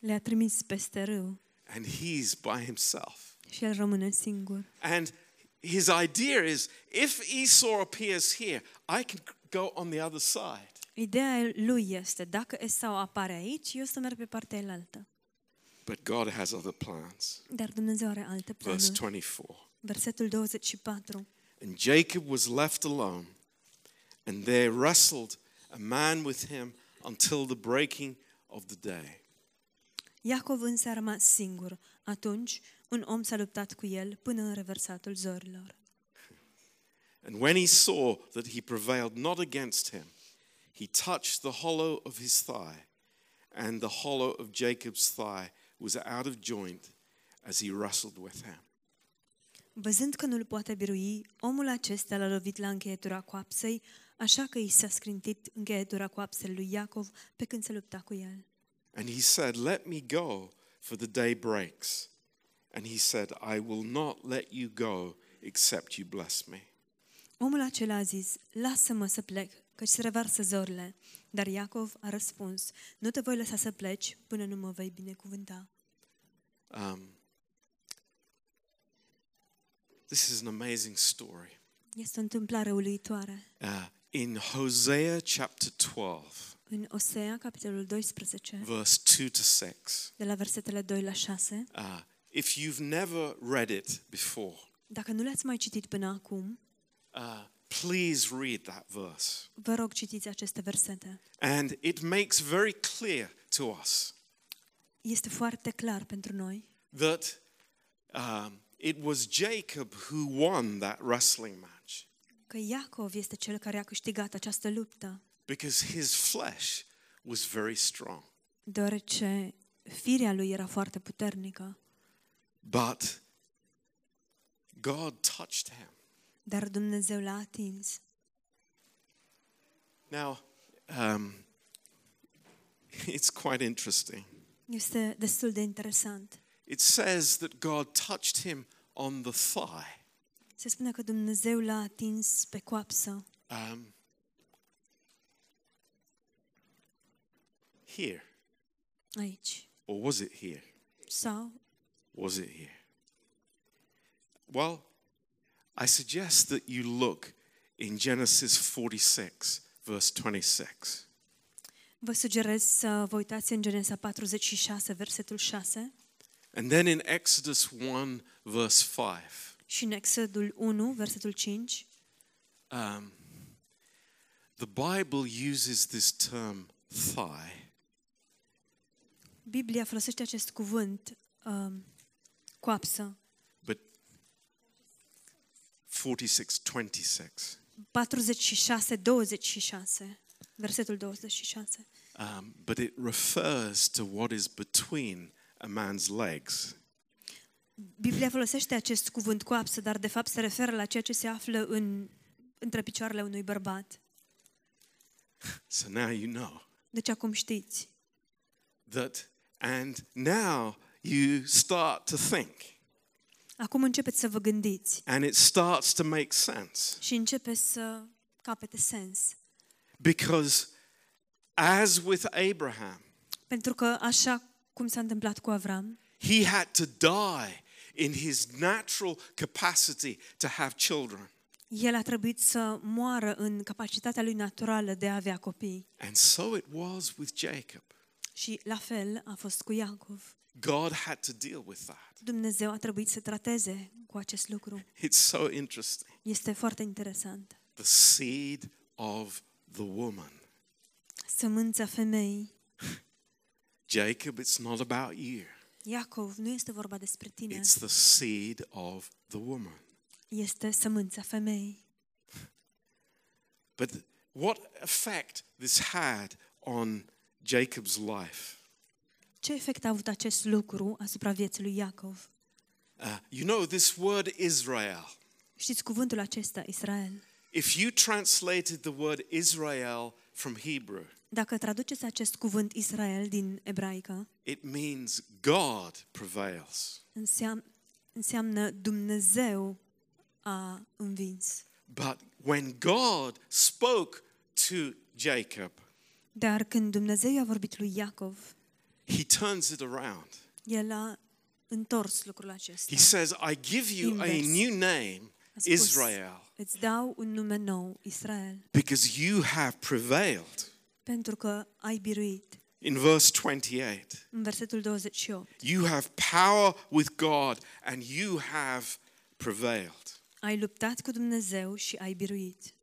S1: Le-a trimis peste râu
S2: and he's by himself.
S1: și el rămâne singur.
S2: And his idea is if Esau appears here, I can go on the other side.
S1: Ideea lui este, dacă Esau apare aici, eu să merg pe partea elaltă.
S2: But God has other plans.
S1: Dar Dumnezeu are alte
S2: Verse
S1: planuri.
S2: 24.
S1: Versetul 24.
S2: And Jacob was left alone, and there wrestled a man with him until the breaking of the day.
S1: Iacov însă a rămas singur. Atunci, un om s-a luptat cu el până în reversatul zorilor.
S2: And when he saw that he prevailed not against him, he touched the hollow of his thigh, and the hollow of Jacob's thigh was out of joint as he wrestled with him.
S1: Văzând că nu-l poate birui, omul acesta l-a lovit la încheietura coapsei, așa că i s-a scrintit încheietura coapsei lui Iacov pe când se lupta cu el.
S2: And he said, Let me go, for the day breaks. And he said, I will not let you go except you bless me.
S1: Omul acela a zis, lasă-mă să plec, căci se revarsă zorile. Dar Iacov a răspuns, nu te voi lăsa să pleci până nu mă vei binecuvânta.
S2: Um, this is an amazing story.
S1: Este o întâmplare uluitoare.
S2: Uh, in Hosea chapter 12,
S1: În Osea, capitolul 12,
S2: verse 2 to 6,
S1: de la versetele 2 la 6,
S2: uh, if you've never read it before,
S1: Dacă nu le-ați mai citit până acum,
S2: uh, please read that verse.
S1: vă rog citiți aceste versete.
S2: And it makes very clear to us
S1: Este foarte clar pentru noi
S2: that um, it was Jacob who won that wrestling match
S1: că Iacov este cel care a câștigat această luptă,
S2: because his flesh was very strong.
S1: deoarece firea lui era foarte puternică,
S2: But God touched him.
S1: dar Dumnezeu l-a atins.
S2: Now, um, it's quite interesting.
S1: Este destul de interesant.
S2: It says that God touched him on the thigh.
S1: Se spune că Dumnezeu l-a atins pe coapsă,
S2: Um, here,
S1: aici.
S2: or was it here?
S1: Sau,
S2: Was it here? Well, I suggest that you look in Genesis 46, verse 26.
S1: vă sugerez să vă uitați în Genesa 46, versetul 6
S2: And then in Exodus 1, verse 5.
S1: și în Exodul 1, versetul 5,
S2: Um, the Bible uses this term thigh
S1: Biblia folosește acest cuvânt um, coapsă,
S2: but 46 26
S1: 46, 26, versetul 26.
S2: um, but it refers to what is between a man's legs
S1: Biblia folosește acest cuvânt coapsă, dar de fapt se referă la ceea ce se află în, între picioarele unui bărbat.
S2: so now you know
S1: Deci acum știți.
S2: that and now you start to think
S1: Acum începeți să vă gândiți
S2: and it starts to make sense
S1: și începeți să capete sens.
S2: because as with abraham
S1: Pentru că așa cum s-a întâmplat cu Avram,
S2: he had to die in his natural capacity to have children
S1: El a trebuit să moară în capacitatea lui naturală de a avea copii.
S2: And so it was with Jacob.
S1: Și la fel a fost cu Iacov.
S2: God had to deal with that.
S1: Dumnezeu a trebuit să trateze cu acest lucru.
S2: It's so interesting.
S1: Este foarte interesant.
S2: The seed of the woman.
S1: Sămânța femeii.
S2: Jacob, it's not about you,
S1: Iacov, nu este vorba despre tine.
S2: it's the seed of the woman.
S1: Este sămânța femeii.
S2: But what effect this had on Jacob's life?
S1: Ce efect a avut acest lucru asupra vieții lui Iacov?
S2: Uh, you know, this word Israel,
S1: Știți cuvântul acesta, Israel?
S2: if you translated the word Israel from Hebrew,
S1: Dacă traduceți acest cuvânt Israel din ebraică,
S2: it means God prevails.
S1: înseam, înseamnă Dumnezeu a învins.
S2: But when God spoke to Jacob,
S1: Dar când Dumnezeu i-a vorbit lui Iacov,
S2: he turns it around.
S1: el a întors lucrul acesta.
S2: He says, I give you a
S1: Invers.
S2: new name,
S1: A spus,
S2: Israel,
S1: Îți dau un nume nou, Israel,
S2: because you have prevailed.
S1: pentru că ai biruit.
S2: In verse 28,
S1: În versetul 28,
S2: you have power with God and you have prevailed.
S1: ai luptat cu Dumnezeu și ai biruit.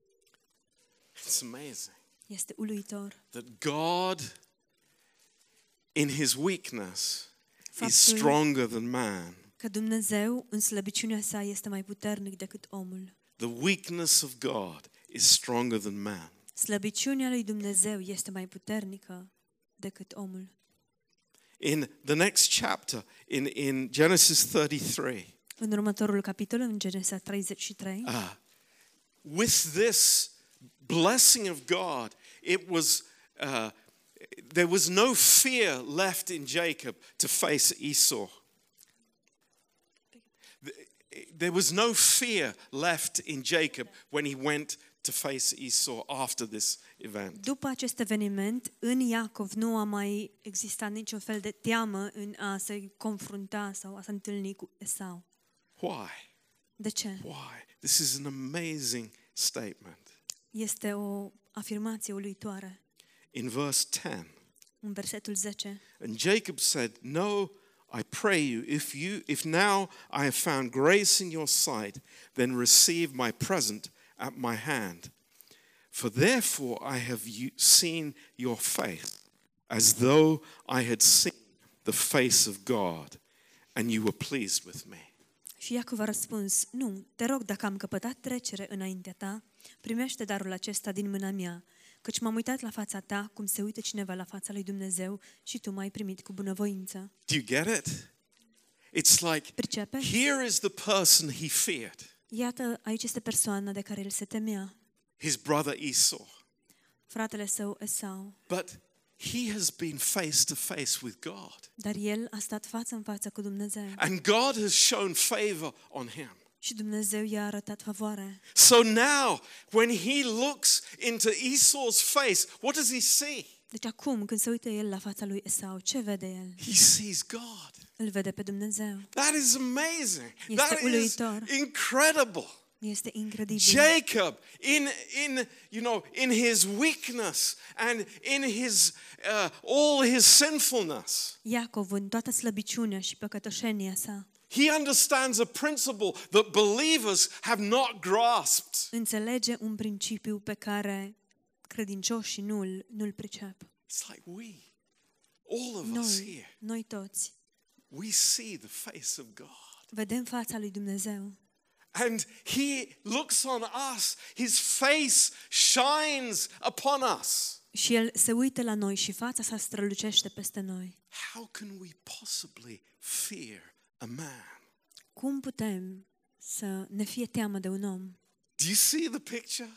S2: It's amazing
S1: Este uluitor.
S2: that God, in his weakness,
S1: Faptul-
S2: is stronger than man.
S1: că Dumnezeu în slăbiciunea sa este mai puternic decât omul.
S2: The weakness of God is stronger than man.
S1: Slăbiciunea lui Dumnezeu este mai puternică decât omul.
S2: In the next chapter, in, in Genesis 33,
S1: În următorul capitol, în Genesa 33,
S2: Ah, with this blessing of God, it was uh, there was no fear left in Jacob to face Esau. There was no fear left in Jacob when he went to face Esau after this event.
S1: după acest eveniment, în Iacov nu a mai existat niciun fel de teamă în a se confrunta sau a se întâlni cu Esau.
S2: Why?
S1: De ce?
S2: Why? This is an amazing statement.
S1: Este o afirmație uluitoare.
S2: In verse 10,
S1: În versetul 10,
S2: And Jacob said, No, I pray you, if you if now I have found grace in your sight, then receive my present at my hand. For therefore I have you- seen your face, as though I had seen the face of God, and you were pleased with me.
S1: Și Iacov a răspuns, nu, te rog, dacă am căpătat trecere înaintea ta, primește darul acesta din mâna mea, căci m-am uitat la fața ta, cum se uită cineva la fața lui Dumnezeu și tu m-ai primit cu bunăvoință.
S2: Do you get it? It's like
S1: Pricepeți?
S2: here is the person he feared,
S1: Iată, aici este persoana de care el se temea,
S2: his brother Esau.
S1: fratele său Esau,
S2: But he has been face to face with God.
S1: dar el a stat față în față cu Dumnezeu
S2: And God has shown favor on him.
S1: și Dumnezeu i-a arătat favoare.
S2: So now, when he looks into Esau's face, what does he see?
S1: Deci acum, când se uită el la fața lui Esau, ce vede el?
S2: He sees God.
S1: Îl vede pe Dumnezeu.
S2: That is amazing.
S1: Este
S2: That is
S1: uluitor.
S2: incredible.
S1: Este incredibil.
S2: Jacob, in, in, you know, in his weakness and in his, uh, all his sinfulness,
S1: Iacov, în toată slăbiciunea și păcătoșenia sa,
S2: he understands a principle that believers have not grasped.
S1: înțelege un principiu pe care credincioșii nu-l, nu-l pricep.
S2: It's like we, all of us here,
S1: Noi, noi toți,
S2: we see the face of God.
S1: vedem fața lui Dumnezeu
S2: And he looks on us, his face shines upon us.
S1: și El se uită la noi și fața sa strălucește peste noi.
S2: How can we possibly fear a man?
S1: Cum putem să ne fie teamă de un om?
S2: Do you see the picture? Do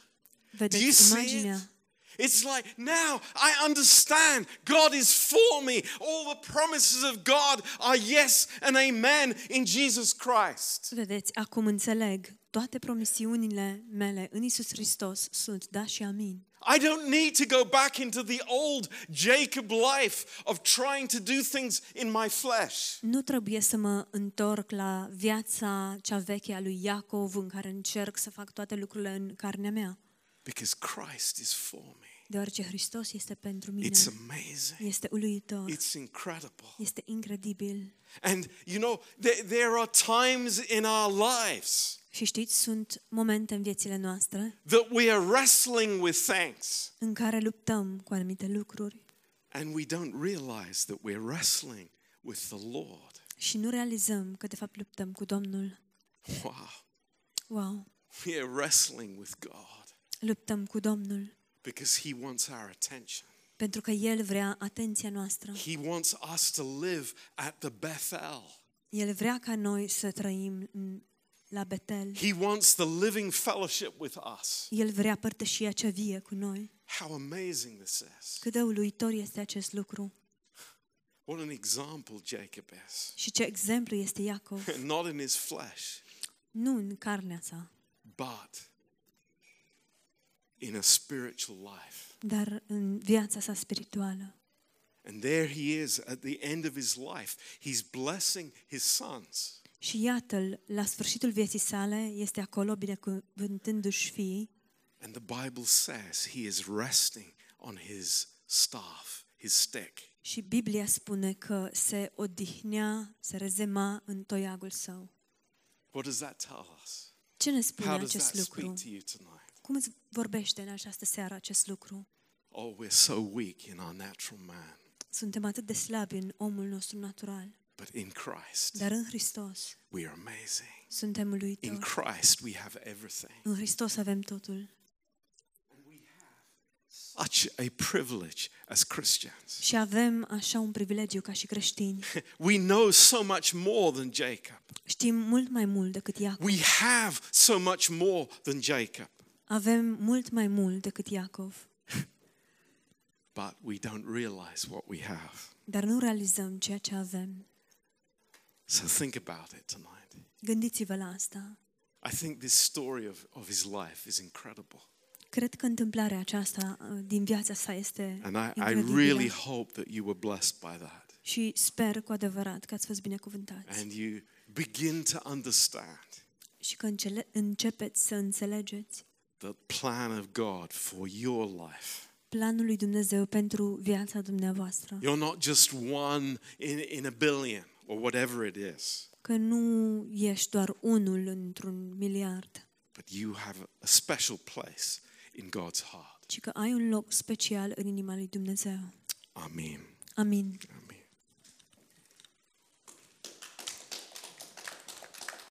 S2: you
S1: Vedeți
S2: see
S1: imaginea?
S2: it? It's like now I understand God is for me. All the promises of God are yes and amen in Jesus Christ.
S1: Vedeți, acum înțeleg, toate promisiunile mele în Isus Hristos sunt da și amin.
S2: I don't need to go back into the old Jacob life of trying to do things in my flesh.
S1: Nu trebuie să mă întorc la viața cea veche a lui Iacov în care încerc să fac toate lucrurile în carnea mea,
S2: Because Christ is for me.
S1: deoarece Hristos este pentru mine.
S2: It's amazing.
S1: Este uluitor,
S2: It's incredible.
S1: este incredibil.
S2: And you know, there, there are times in our lives
S1: Și știți, sunt momente în viețile noastre
S2: that we are wrestling with things
S1: în care luptăm cu anumite lucruri
S2: and we don't realize that we're wrestling with the Lord.
S1: și nu realizăm că de fapt luptăm cu Domnul.
S2: Wow.
S1: Wow,
S2: We are wrestling with God
S1: luptăm cu Domnul
S2: because He wants our attention.
S1: pentru că El vrea atenția noastră.
S2: He wants us to live at the Bethel.
S1: El vrea ca noi să trăim în- la Betel.
S2: He wants the living fellowship with us.
S1: El vrea părtășia cea vie cu noi.
S2: How amazing this is.
S1: Cât de uluitor este acest lucru
S2: What an example Jacob is.
S1: și ce exemplu este Iacov.
S2: Not in his flesh,
S1: Nu în carnea sa,
S2: but in a spiritual life.
S1: dar în viața sa spirituală.
S2: And there he is at the end of his life. He's blessing his sons.
S1: Și iată-l, la sfârșitul vieții sale, este acolo binecuvântându-și fiii
S2: And the Bible says he is resting on his staff, his stick.
S1: și Biblia spune că se odihnea, se rezema în toiagul său.
S2: What does that tell us?
S1: Ce ne spune
S2: How does
S1: acest
S2: that
S1: lucru?
S2: speak to you tonight?
S1: Cum îți vorbește în această seară acest lucru?
S2: Oh, we're so weak in our natural man,
S1: Suntem atât de slabi în omul nostru natural,
S2: but in Christ,
S1: dar în Hristos
S2: we are amazing.
S1: suntem
S2: In
S1: uluitori.
S2: Christ, we have everything.
S1: În Hristos avem totul.
S2: Such a privilege as Christians.
S1: Și avem așa un privilegiu ca și creștini.
S2: We know so much more than Jacob.
S1: Știm mult mai mult decât Iacov.
S2: We have so much more than Jacob,
S1: Avem mult mai mult decât Iacov,
S2: but we don't realize what we have.
S1: dar nu realizăm ceea ce avem.
S2: So think about it tonight.
S1: Gândiți-vă la asta.
S2: I think this story of, of his life is incredible.
S1: Cred că întâmplarea aceasta uh, din viața sa este
S2: And I, I
S1: incredibilă.
S2: really hope that you were blessed by that
S1: și sper cu adevărat că ați fost binecuvântați
S2: and you begin to understand
S1: și că încele- începeți să înțelegeți
S2: the plan of God for your life.
S1: planul lui Dumnezeu pentru viața dumneavoastră.
S2: You're not just one in, in a billion or whatever it is,
S1: Că nu ești doar unul într-un miliard,
S2: but you have a special place in God's heart.
S1: ci că ai un loc special în inima lui Dumnezeu.
S2: Amen.
S1: Amin.